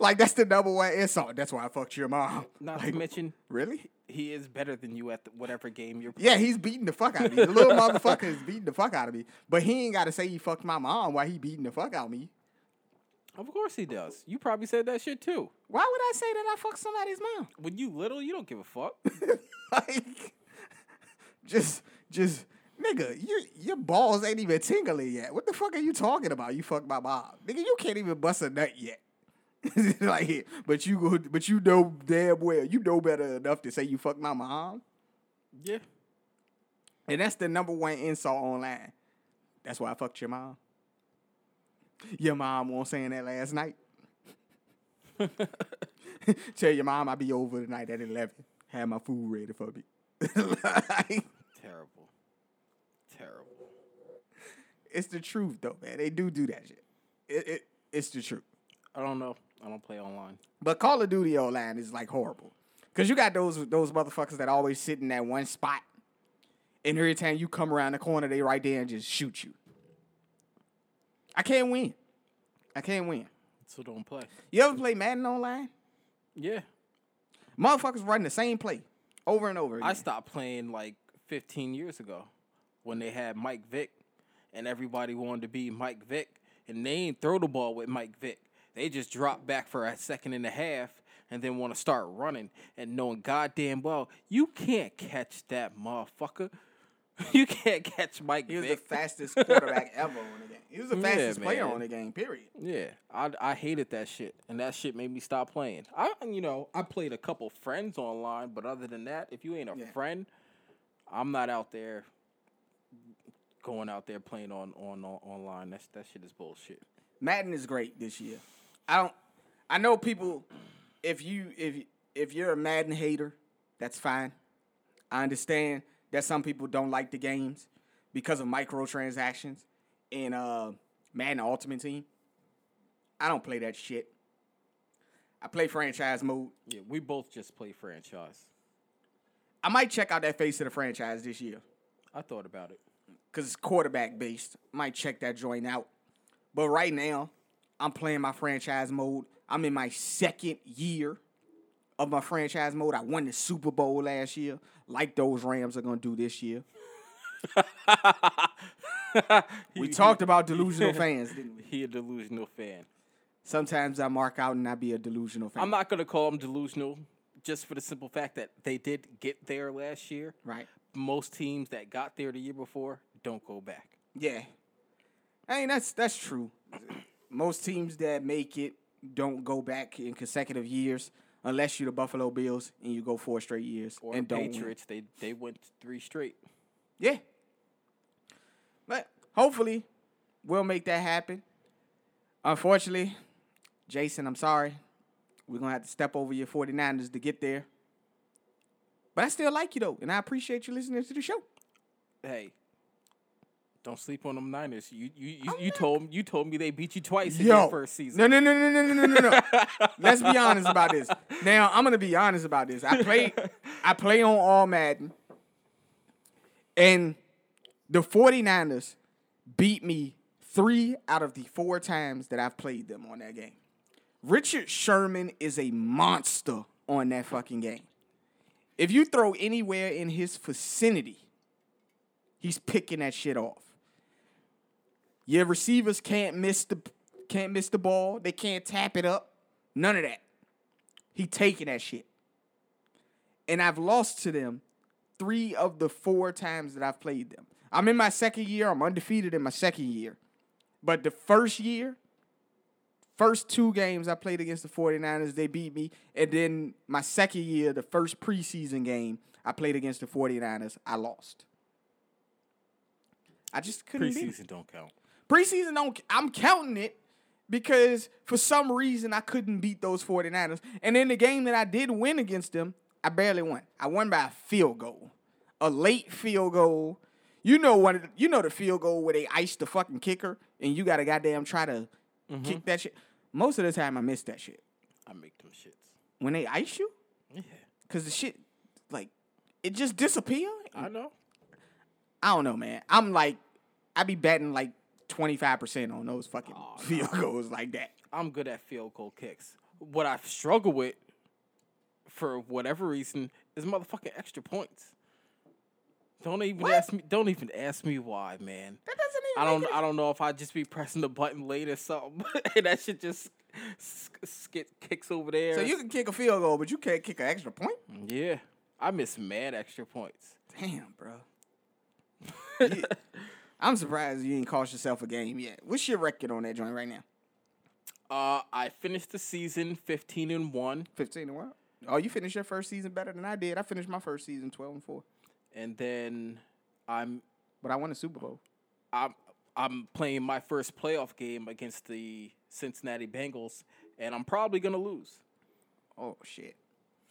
A: like that's the number one insult. That's why I fucked your mom.
B: Not
A: Like,
B: to mention,
A: really?
B: he is better than you at the, whatever game you're playing.
A: Yeah, he's beating the fuck out of me. The little motherfucker is beating the fuck out of me. But he ain't gotta say he fucked my mom while he beating the fuck out of me.
B: Of course he does. You probably said that shit too.
A: Why would I say that I fucked somebody's mom?
B: When you little, you don't give a fuck.
A: [laughs] like, just, just, nigga, your your balls ain't even tingling yet. What the fuck are you talking about? You fucked my mom, nigga. You can't even bust a nut yet. [laughs] like, but you go, but you know damn well, you know better enough to say you fucked my mom,
B: [laughs] yeah.
A: and that's the number one insult online. That's why I fucked your mom. Your mom won't saying that last night. [laughs] Tell your mom I be over tonight at eleven. Have my food ready for me. [laughs] Like,
B: Terrible. Terrible.
A: It's the truth though, man. They do do that shit. It, it it's the truth.
B: I don't know. I don't play online.
A: But Call of Duty online is like horrible. Cause you got those those motherfuckers that always sit in that one spot, and every time you come around the corner, they right there and just shoot you. I can't win. I can't win.
B: So don't play.
A: You ever play Madden online?
B: Yeah.
A: Motherfuckers run the same play over and over. Again.
B: I stopped playing like 15 years ago when they had Mike Vick and everybody wanted to be Mike Vick and they ain't throw the ball with Mike Vick. They just drop back for a second and a half and then want to start running and knowing goddamn well you can't catch that motherfucker. [laughs] you can't catch Mike
A: He was
B: Vick.
A: the fastest quarterback ever on the game. He was the
B: [laughs] Yeah,
A: fastest player
B: man.
A: on the game. Period.
B: Yeah, I, I hated that shit, and that shit made me stop playing. I you know I played a couple friends online, but other than that, if you ain't a
A: Yeah.
B: friend, I'm not out there going out there playing on on, on online. That's that shit is bullshit.
A: Madden is great this year. I don't. I know people. If you if if you're a Madden hater, that's fine. I understand that some people don't like the games because of microtransactions in uh, Madden Ultimate Team. I don't play that shit. I play franchise mode.
B: Yeah, we both just play franchise.
A: I might check out that face of the franchise this year.
B: I thought about it.
A: because it's quarterback based. Might check that joint out. But right now, I'm playing my franchise mode. I'm in my second year of my franchise mode. I won the Super Bowl last year, like those Rams are going to do this year. We talked about delusional fans, didn't we?
B: He a delusional fan.
A: Sometimes I mark out and I be a delusional fan.
B: I'm not gonna call him delusional, just for the simple fact that they did get there last year.
A: right.
B: Most teams that got there the year before don't go back.
A: Yeah. I mean, that's that's true. Most teams that make it don't go back in consecutive years unless you're the Buffalo Bills and you go four straight years
B: Or
A: and don't win.
B: Patriots, they they went three straight.
A: Yeah. But hopefully, we'll make that happen. Unfortunately, Jason, I'm sorry. We're going to have to step over your 49ers to get there. But I still like you, though, and I appreciate you listening to the show.
B: Hey, don't sleep on them Niners. You you you, you told you told me they beat you twice in
A: Yo.
B: your first season.
A: No, no, no, no, no, no, no, no,
B: [laughs]
A: no. Let's be honest about this. Now, I'm going to be honest about this. I play, I play on All Madden, and the 49ers beat me three out of the four times that I've played them on that game. Richard Sherman is a monster on that fucking game. If you throw anywhere in his vicinity, he's picking that shit off. Your receivers can't miss the can't miss the ball. They can't tap it up. None of that. He taking that shit. And I've lost to them three of the four times that I've played them. I'm in my second year. I'm undefeated in my second year. But the first year, first two games I played against the 49ers, they beat me. And then my second year, the first preseason game I played against the 49ers, I lost. I just couldn't beat 'em.
B: Preseason don't count.
A: Preseason don't I'm counting it because for some reason I couldn't beat those 49ers. And in the game that I did win against them, I barely won. I won by a field goal. A late field goal. You know one you know the field goal where they ice the fucking kicker and you gotta goddamn try to kick that shit. Most of the time I miss that shit.
B: I make them shits.
A: When they ice you,
B: Yeah,
A: cause the shit like it just disappear.
B: I know.
A: I don't know, man. I'm like I be batting like 25% on those fucking field goals like that.
B: I'm good at field goal kicks. What I struggle with, for whatever reason, is motherfucking extra points. Don't even
A: What?
B: ask me. Don't even ask me why, man.
A: That doesn't
B: I
A: even.
B: don't. I don't know if I just be pressing the button late or something, [laughs] and that shit just sk- skit kicks over there.
A: So you can kick a field goal, but you can't kick an extra point.
B: yeah, I miss mad extra points.
A: Damn, [laughs] bro. You- I'm surprised you ain't cost yourself a game yet. What's your record on that joint right now?
B: Uh, I finished the season fifteen and one,
A: Fifteen and one. Oh, you finished your first season better than I did. I finished my first season twelve and four,
B: and then I'm
A: but I won the Super Bowl.
B: I'm I'm playing my first playoff game against the Cincinnati Bengals, and I'm probably gonna lose.
A: Oh shit.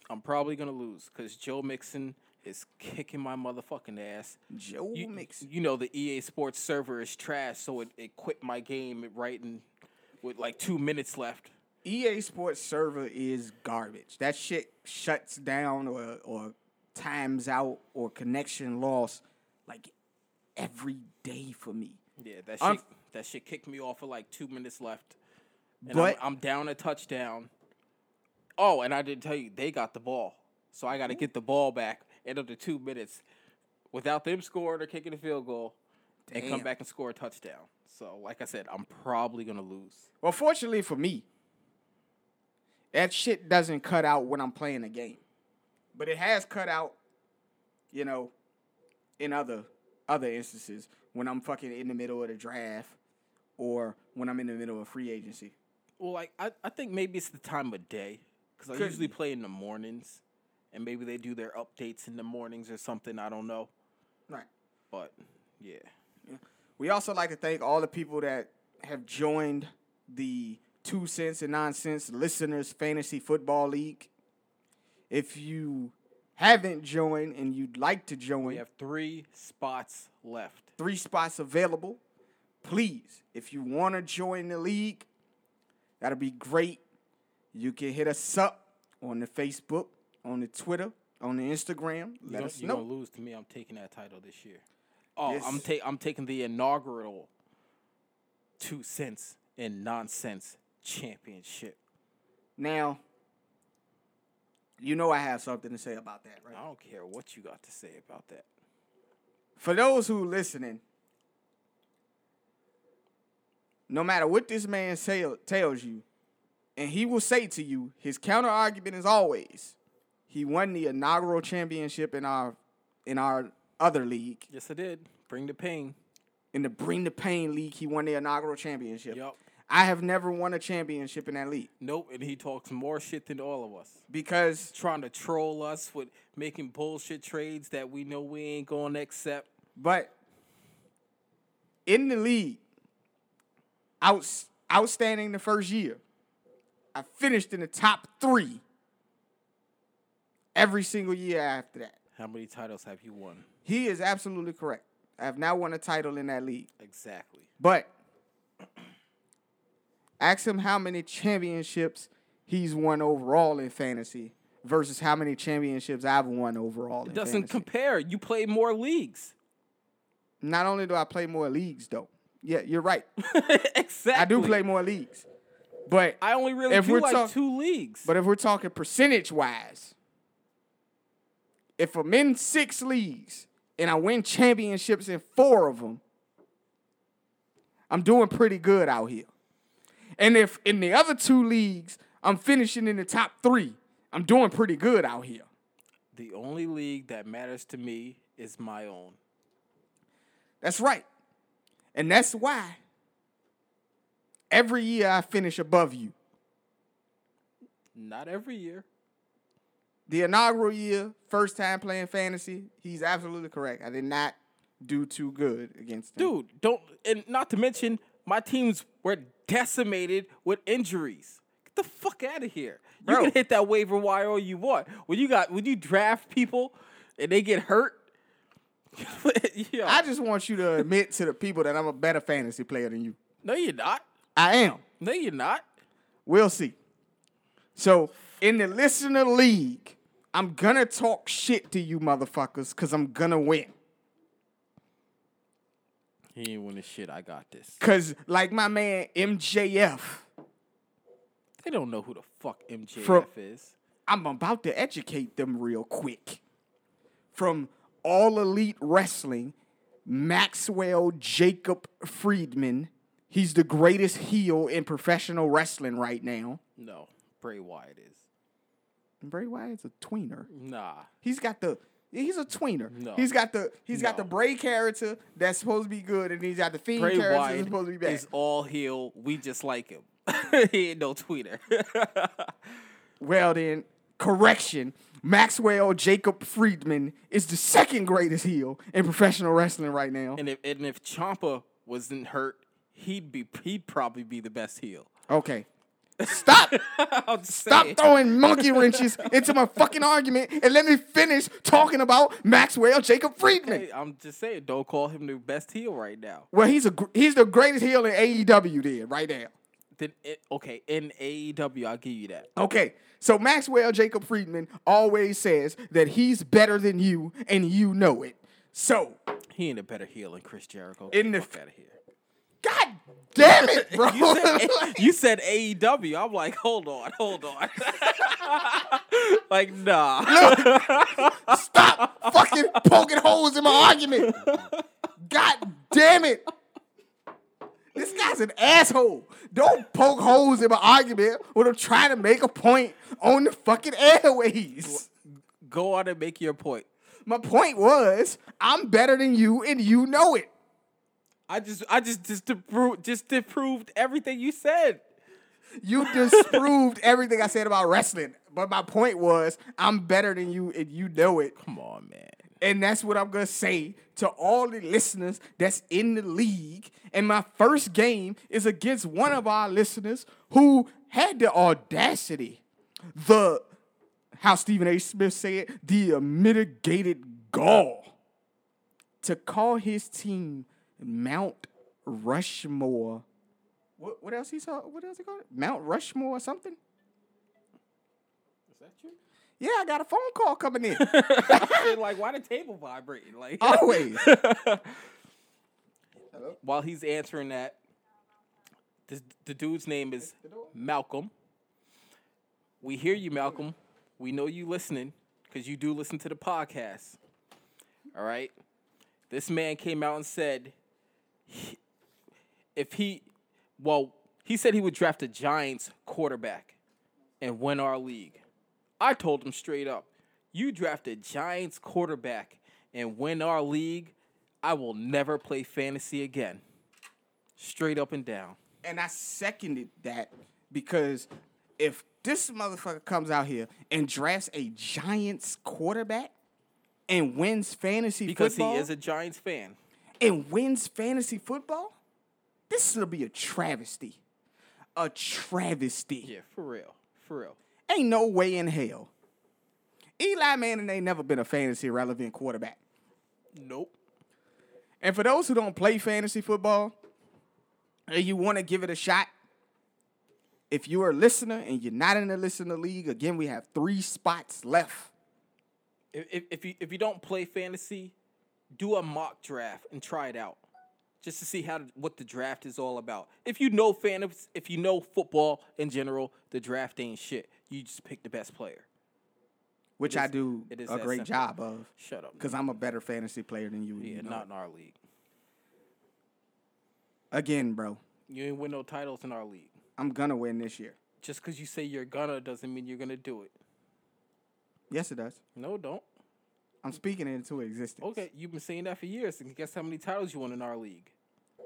B: I'm probably gonna lose because Joe Mixon is kicking my motherfucking ass.
A: Joe
B: you,
A: Mixon.
B: You know the EA Sports server is trash, so it, it quit my game right in with like two minutes left.
A: EA E Sports server is garbage. That shit shuts down or or times out or connection loss like every day for me.
B: Yeah, that
A: I'm-
B: shit that shit kicked me off with like two minutes left, and
A: But-
B: I'm, I'm down a touchdown. Oh, and I didn't tell you they got the ball, so I got to get the ball back end of the two minutes without them scoring or kicking a field goal, and come
A: Damn.
B: back and score a touchdown. So, like I said, I'm probably gonna lose.
A: Well, fortunately for me, that shit doesn't cut out when I'm playing a game. But it has cut out, you know, in other other instances when I'm fucking in the middle of the draft or when I'm in the middle of free agency.
B: Well, like I, I think maybe it's the time of day because I
A: Could
B: usually play in the mornings, and maybe they do their updates in the mornings or something. I don't know,
A: Right.
B: but yeah,
A: We also like to thank all the people that have joined the Two Cents and Nonsense Listeners Fantasy Football League. If you haven't joined and you'd like to join,
B: we have three spots left.
A: three spots available. Please, if you want to join the league, that'll be great. You can hit us up on the Facebook, on the Twitter, on the Instagram.
B: You
A: Let
B: don't-
A: us
B: You're
A: know.
B: gonna lose to me. I'm taking that title this year. Oh, I'm
A: Yes.
B: ta- I'm taking the inaugural two cents and nonsense championship.
A: Now, you know I have something to say about that, right?
B: I don't care what you got to say about that.
A: For those who listening, no matter what this man tell, tells you, and he will say to you, his counter argument is always, he won the inaugural championship in our in our other league.
B: Yes, I did. Bring the pain.
A: In the Bring the Pain League, he won the inaugural championship.
B: Yup.
A: I have never won a championship in that league
B: Nope, and he talks more shit than all of us.
A: because
B: trying to troll us with making bullshit trades that we know we ain't going to accept.
A: But in the league, outs, outstanding the first year, I finished in the top three every single year after that.
B: How many titles have you won?
A: He is absolutely correct. I have not won a title in that league.
B: Exactly.
A: But [clears throat] ask him how many championships he's won overall in fantasy versus how many championships I've won overall in
B: It doesn't
A: fantasy.
B: compare. You play more leagues. [laughs]
A: not only do I play more leagues, though. Yeah, you're right.
B: exactly.
A: I do play more leagues, but
B: I only really
A: If
B: do
A: we're
B: like
A: talk-
B: two leagues.
A: but if we're talking percentage wise, if I'm in six leagues and I win championships in four of them, I'm doing pretty good out here. And if in the other two leagues I'm finishing in the top three, I'm doing pretty good out here.
B: the only league that matters to me is my own.
A: That's right, and that's why every year I finish above you.
B: Not every year.
A: the inaugural year, first time playing fantasy, he's absolutely correct. I did not do too good against him.
B: Dude, don't and not to mention my teams were decimated with injuries. Get the fuck out of here. You
A: Bro.
B: can hit that waiver wire all you want. When you got when you draft people and they get hurt, [laughs] yo,
A: I just want you to admit to the people that I'm a better fantasy player than you.
B: no you're not.
A: I am.
B: No you're not.
A: We'll see. So in the listener league, I'm gonna talk shit to you motherfuckers because I'm gonna win.
B: He ain't winning shit. I got this.
A: Cause like my man MJF,
B: They don't know who the fuck MJF
A: From-
B: is.
A: I'm about to educate them real quick. From All Elite Wrestling, Maxwell Jacob Friedman. He's the greatest heel in professional wrestling right now.
B: No, Bray Wyatt is.
A: And Bray Wyatt's a tweener.
B: Nah,
A: He's got the he's a tweener.
B: No.
A: He's got the he's got
B: No.
A: the Bray character that's supposed to be good, and he's got the fiend
B: Bray
A: character that's
B: Wyatt
A: supposed to be bad.
B: is all heel. We just like him. [laughs] he ain't no tweeter.
A: Well then, correction. Maxwell Jacob Friedman is the second greatest heel in professional wrestling right now.
B: [laughs] And if and if Champa wasn't hurt, he'd be he'd probably be the best heel. [laughs]
A: Okay. Stop!
B: I'm just
A: Stop
B: saying.
A: throwing monkey wrenches into my fucking argument and let me finish talking about Maxwell Jacob Friedman.
B: Hey, I'm just saying, don't call him the best heel right now.
A: Well, he's a gr- he's the greatest heel in AEW then, right now.
B: Then it, okay, in AEW, I'll give you that.
A: Okay. So Maxwell Jacob Friedman always says that he's better than you and you know it. So,
B: He ain't a better heel than Chris Jericho.
A: In
B: In the
A: the
B: fuck out of here.
A: god damn it, bro.
B: [laughs] You said, [laughs] you said AEW. I'm like, hold on, hold on. [laughs] like, nah. [laughs]
A: Stop fucking poking holes in my argument. God damn it. This guy's an asshole. Don't poke holes in my argument when I'm trying to make a point on the fucking airways.
B: Go on and make your point.
A: My point was, I'm better than you, and you know it.
B: I just, I just, just disproved, just disproved everything you said.
A: You disproved everything I said about wrestling. But my point was, I'm better than you, and you know it.
B: Come on, man.
A: And that's what I'm gonna say to all the listeners that's in the league. And my first game is against one of our listeners who had the audacity, the how Stephen A. Smith said, the mitigated gall to call his team Mount Rushmore. What, what else he saw? What else he called it? Mount Rushmore or something?
B: Is that you?
A: Yeah, I got a phone call coming
B: [laughs]
A: in.
B: like, why the table vibrating? Like,
A: Uh, Always.
B: [laughs] while he's answering that, this, the dude's name is Malcolm. We hear you, Malcolm. We know you listening because you do listen to the podcast. All right. This man came out and said, he- if he, well, he said he would draft a Giants quarterback and win our league. I told him straight up, you draft a Giants quarterback and win our league, I will never play fantasy again. Straight up and down.
A: and I seconded that because if this motherfucker comes out here and drafts a Giants quarterback and wins fantasy
B: Because
A: football,
B: he is a Giants fan.
A: and wins fantasy football, this will be a travesty. A travesty.
B: Yeah, for real. For real.
A: Ain't no way in hell. Eli Manning ain't never been a fantasy relevant quarterback.
B: Nope.
A: And for those who don't play fantasy football and you want to give it a shot, if you're a listener and you're not in the listener league, again, we have three spots left.
B: If, if, if, you, if you don't play fantasy, do a mock draft and try it out. Just to see how what the draft is all about. If you know fantasy, if you know football in general, the draft ain't shit. You just pick the best player.
A: which I do
B: it is
A: a
B: that
A: great
B: simple.
A: job of
B: Shut up.
A: because I'm a better fantasy player than you.
B: Yeah,
A: you know
B: not
A: it.
B: in our league.
A: Again, bro,
B: You ain't win no titles in our league.
A: I'm gonna win this year.
B: Just because you say you're gonna doesn't mean you're gonna do it.
A: Yes, it does.
B: No, don't.
A: I'm speaking it into existence.
B: Okay, you've been saying that for years, and guess how many titles you won in our league?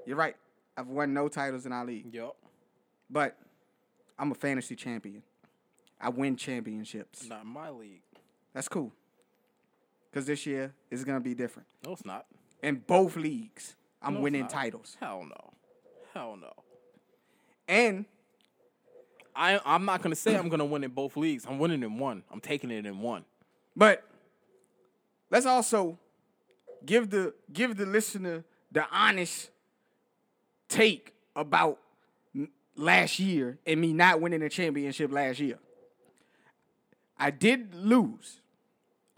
A: You're right. I've won no titles in our league,
B: Yup.
A: but I'm a fantasy champion. I win championships.
B: Not in my league.
A: That's cool. Cause this year is gonna be different.
B: No, it's not.
A: In both leagues, I'm
B: No, it's
A: winning
B: not.
A: titles.
B: Hell no. Hell no.
A: And
B: I I'm not gonna say I'm gonna win in both leagues. I'm winning in one. I'm taking it in one.
A: But let's also give the give the listener the honest take about m- last year and me not winning the championship last year. I did lose,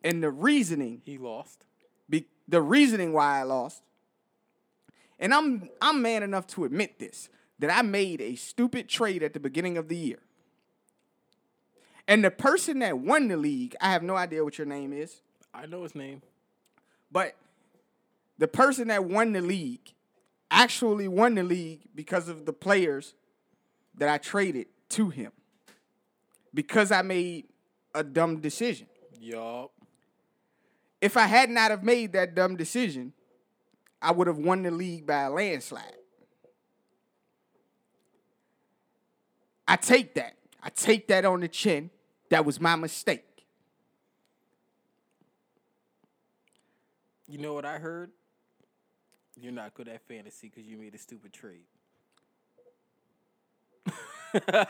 A: and the reasoning
B: He lost.
A: be, the reasoning why I lost, and I'm I'm man enough to admit this that I made a stupid trade at the beginning of the year. And the person that won the league, I have no idea what your name is.
B: I know his name.
A: But the person that won the league actually won the league because of the players that I traded to him. Because I made a dumb decision.
B: Yup.
A: If I had not have made that dumb decision, I would have won the league by a landslide. I take that. I take that on the chin. That was my mistake.
B: You know what I heard? You're not good at fantasy because you made a stupid trade.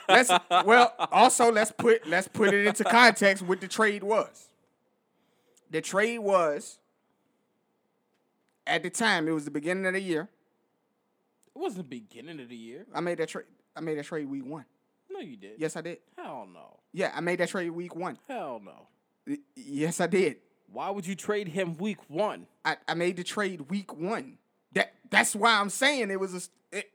A: Let's well also let's put let's put it into context what the trade was. The trade was at the time, it was the beginning of the year.
B: It wasn't the beginning of the year.
A: I made that trade I made that trade week one.
B: No, you did.
A: Yes, I did.
B: Hell no.
A: Yeah, I made that trade week one.
B: Hell no.
A: Y- Yes, I did.
B: Why would you trade him week one?
A: I, I made the trade week one. That that's why I'm saying it was a. s- It,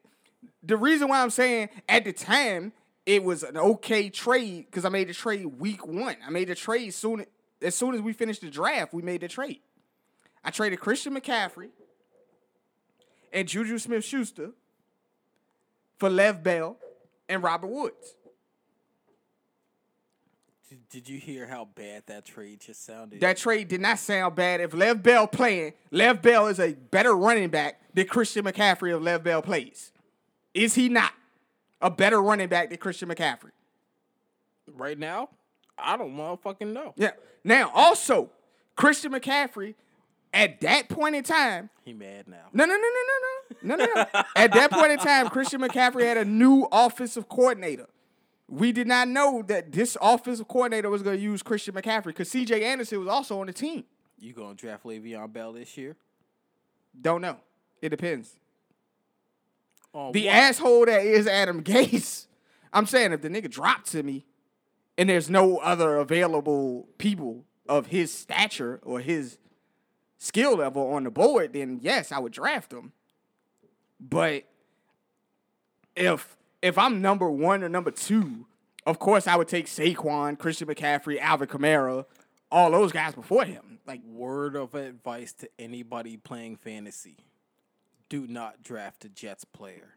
A: the reason why I'm saying at the time it was an okay trade because I made the trade week one. I made the trade soon as soon as we finished the draft. We made the trade. I traded Christian McCaffrey and Juju Smith Schuster for Lev Bell and Robert Woods.
B: Did- Did you hear how bad that trade just sounded?
A: That trade did not sound bad. If Lev Bell playing, Lev Bell is a better running back than Christian McCaffrey if Lev Bell plays. Is he not a better running back than Christian McCaffrey?
B: right now, I don't motherfucking know.
A: Yeah. Now, also, Christian McCaffrey, at that point in time,
B: He mad now.
A: no, no, no, no, no, no, no, no, no. at that point in time, Christian McCaffrey had a new offensive coordinator. We did not know that this offensive coordinator was going to use Christian McCaffrey because C.J. Anderson was also on the team.
B: You gonna draft Le'Veon Bell this year?
A: Don't know. It depends.
B: On
A: The
B: what?
A: asshole that is Adam Gase. [laughs] I'm saying if the nigga dropped to me and there's no other available people of his stature or his skill level on the board, then yes, I would draft him. But if if I'm number one or number two, of course I would take Saquon, Christian McCaffrey, Alvin Kamara, all those guys before him. Like
B: Word of advice to anybody playing fantasy: Do not draft a Jets player.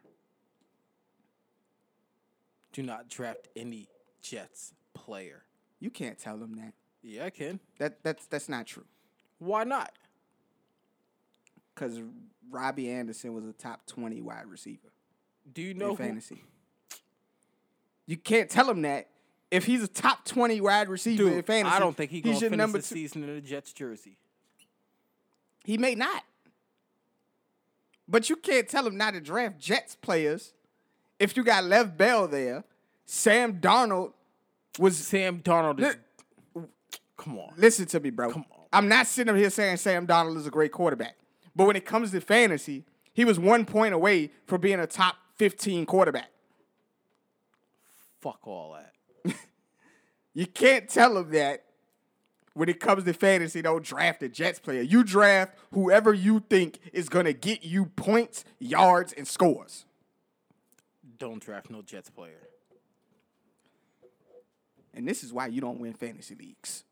B: Do not draft any Jets player.
A: you can't tell him that.
B: Yeah, I can.
A: That that's that's not true.
B: Why not?
A: because Robbie Anderson was a top 20 wide receiver
B: Do you
A: in
B: know who,
A: fantasy. You can't tell him that if he's a top 20 wide receiver in
B: dude?
A: fantasy.
B: I don't think he gonna
A: he's your
B: finish
A: number
B: the
A: two.
B: season in a Jets jersey.
A: He may not. But you can't tell him not to draft Jets players if you got Lev Bell there. Sam Darnold was.
B: Sam Donald is. Come on.
A: Listen to me, bro.
B: on.
A: I'm not sitting up here saying Sam Darnold is a great quarterback. But when it comes to fantasy, he was one point away from being a top 15 quarterback.
B: Fuck all that.
A: You can't tell them that when it comes to fantasy, don't draft a Jets player. You draft whoever you think is going to get you points, yards, and scores.
B: Don't draft no Jets player.
A: And this is why you don't win fantasy leagues.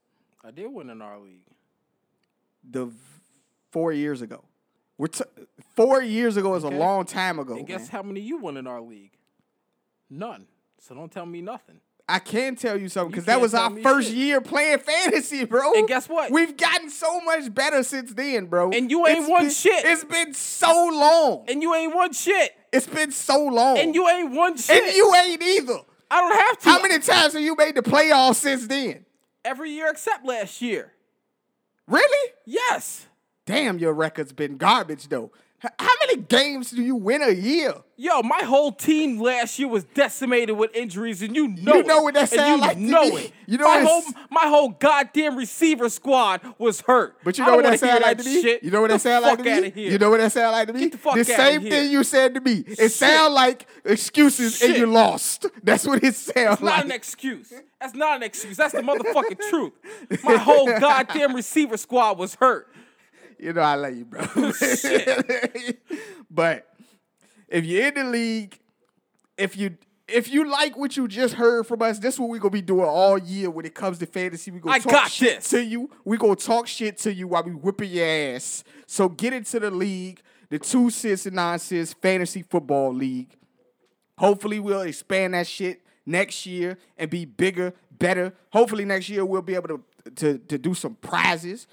B: I did win in our league.
A: The v- four years ago. We're t- four years ago is a long time ago.
B: And guess
A: man.
B: how many you won in our league? None. So don't tell me nothing.
A: I can tell you something because
B: You
A: that
B: can't
A: was
B: tell
A: our
B: me
A: first
B: shit.
A: year playing fantasy, bro.
B: And guess what?
A: We've gotten so much better since then, bro.
B: And you ain't won
A: been-
B: shit.
A: It's been so long.
B: And you ain't won shit.
A: It's been so long.
B: And you ain't won shit.
A: And you ain't either.
B: I don't have to.
A: How many times have you made the playoffs since then?
B: Every year except last year.
A: Really?
B: Yes.
A: Damn, your record's been garbage though. H- How many games do you win a year?
B: Yo, my whole team last year was decimated with injuries, and you know
A: You know
B: it.
A: what that
B: And
A: sound
B: you
A: like to
B: know
A: me.
B: it.
A: You know
B: my
A: what
B: whole
A: it's-
B: my whole goddamn receiver squad was hurt.
A: But you
B: I
A: know what
B: don't
A: that
B: wanna hear
A: sound like to me?
B: shit.
A: You know what
B: The
A: that sound like to
B: fuck outta
A: me?
B: here.
A: You know what that sound like to me?
B: the fuck
A: the
B: outta
A: same
B: here.
A: thing you said to me. It sound like excuses
B: Shit.
A: and you lost. That's what it sounds
B: That's not
A: like.
B: an excuse. That's not an excuse. That's
A: [laughs]
B: the motherfucking truth. My whole goddamn receiver squad was hurt.
A: you know I love you, bro.
B: [laughs]
A: [laughs] but if you're in the league, if you if you like what you just heard from us, this is what we gonna be doing all year when it comes to fantasy. We gonna
B: I
A: talk
B: got
A: shit
B: this.
A: to you. We gonna talk shit to you while we whipping your ass. So get into the league, the two cents and nine cents fantasy football league. Hopefully, we'll expand that shit next year and be bigger, better. Hopefully, next year we'll be able to to, to do some prizes,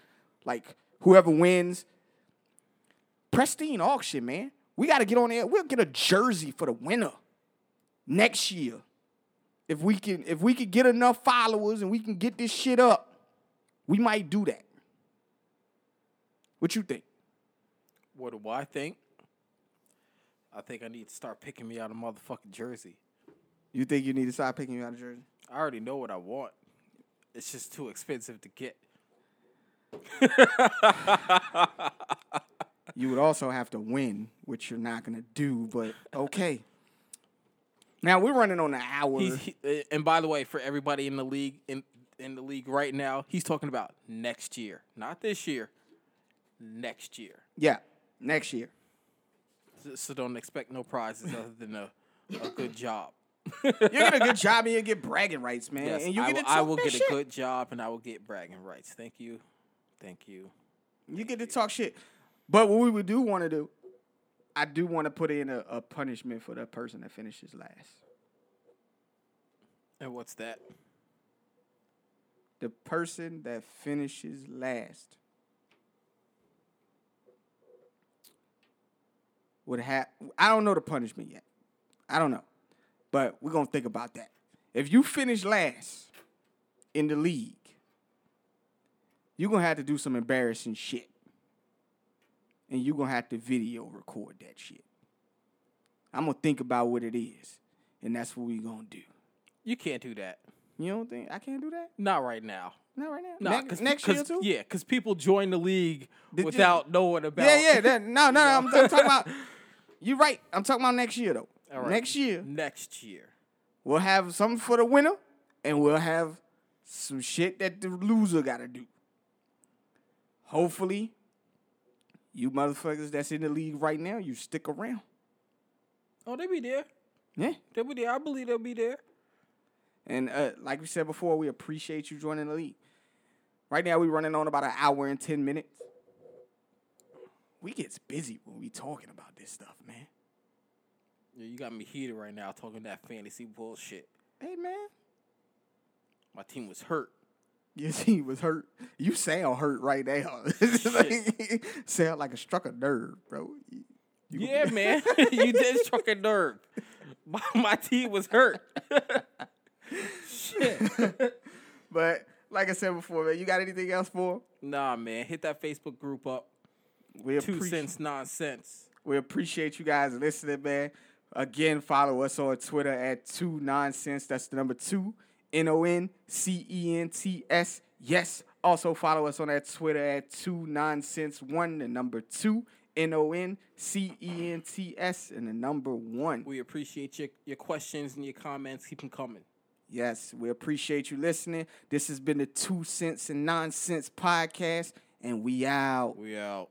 A: like whoever wins. Pristine auction, man. We got to get on there. We'll get a jersey for the winner next year. If we can, if we can get enough followers and we can get this shit up, we might do that. What you think?
B: What do I think? I think I need to start picking me out a motherfucking jersey.
A: You think you need to start picking you out a jersey?
B: I already know what I want. It's just too expensive to get.
A: you would also have to win, which you're not gonna do. But okay. Now we're running on an hour.
B: He's, he, uh, and by the way, for everybody in the league in in the league right now, he's talking about next year, not this year. Next year.
A: yeah, next year.
B: So- So don't expect no prizes other than a, a good job.
A: You get a good job and you get bragging rights, man.
B: Yes,
A: and you
B: I,
A: get
B: will,
A: to talk
B: I will
A: that
B: get
A: shit.
B: a good job and I will get bragging rights. Thank you. Thank you.
A: you get to talk shit. But what we would do want to do, I do want to put in a, a punishment for the person that finishes last.
B: And what's that?
A: the person that finishes last would have. I don't know the punishment yet. I don't know, but we're gonna think about that. If you finish last in the league, you're gonna have to do some embarrassing shit, and you're gonna have to video record that shit. I'm gonna think about what it is, and that's what we're gonna do.
B: You can't do that.
A: You don't think I can't do that?
B: Not right now.
A: Not right now.
B: No,
A: Next- next year too.
B: Yeah, because people join the league
A: Did you-
B: without knowing about.
A: Yeah, yeah. That, no, no, no. I'm, I'm talking about. You're right. I'm talking about next year though.
B: All right.
A: Next year
B: [laughs] Next year.
A: we'll have something for the winner, and we'll have some shit that the loser got to do. Hopefully, you motherfuckers that's in the league right now, you stick around.
B: Oh, they be there.
A: Yeah.
B: They be there. I believe they'll be there.
A: And uh, like we said before, we appreciate you joining the league. Right now, we're running on about an hour and 10 minutes. We gets busy when we talking about this stuff, man.
B: Yeah, you got me heated right now talking that fantasy bullshit.
A: Hey, man.
B: My team was hurt.
A: [laughs] Your team was hurt. You sound hurt right now. [laughs] like, [laughs] sound like a struck a nerve, bro. You- you gonna
B: yeah,
A: be-
B: man. [laughs] you did struck a nerve. [laughs] My, my team was hurt. Shit.
A: But like I said before, man, you got anything else for? 'em?
B: Nah, man. Hit that Facebook group up.
A: We
B: Two
A: appreciate
B: cents nonsense.
A: we appreciate you guys listening, man. Again, follow us on Twitter at two nonsense. That's the number two N O N C E N T S. Yes. Also follow us on that Twitter at two nonsense one. The number two N O N C E N T S and the number one.
B: We appreciate your, your questions and your comments. Keep them coming.
A: Yes, we appreciate you listening. This has been the Two Cents and Nonsense podcast, and we out.
B: We out.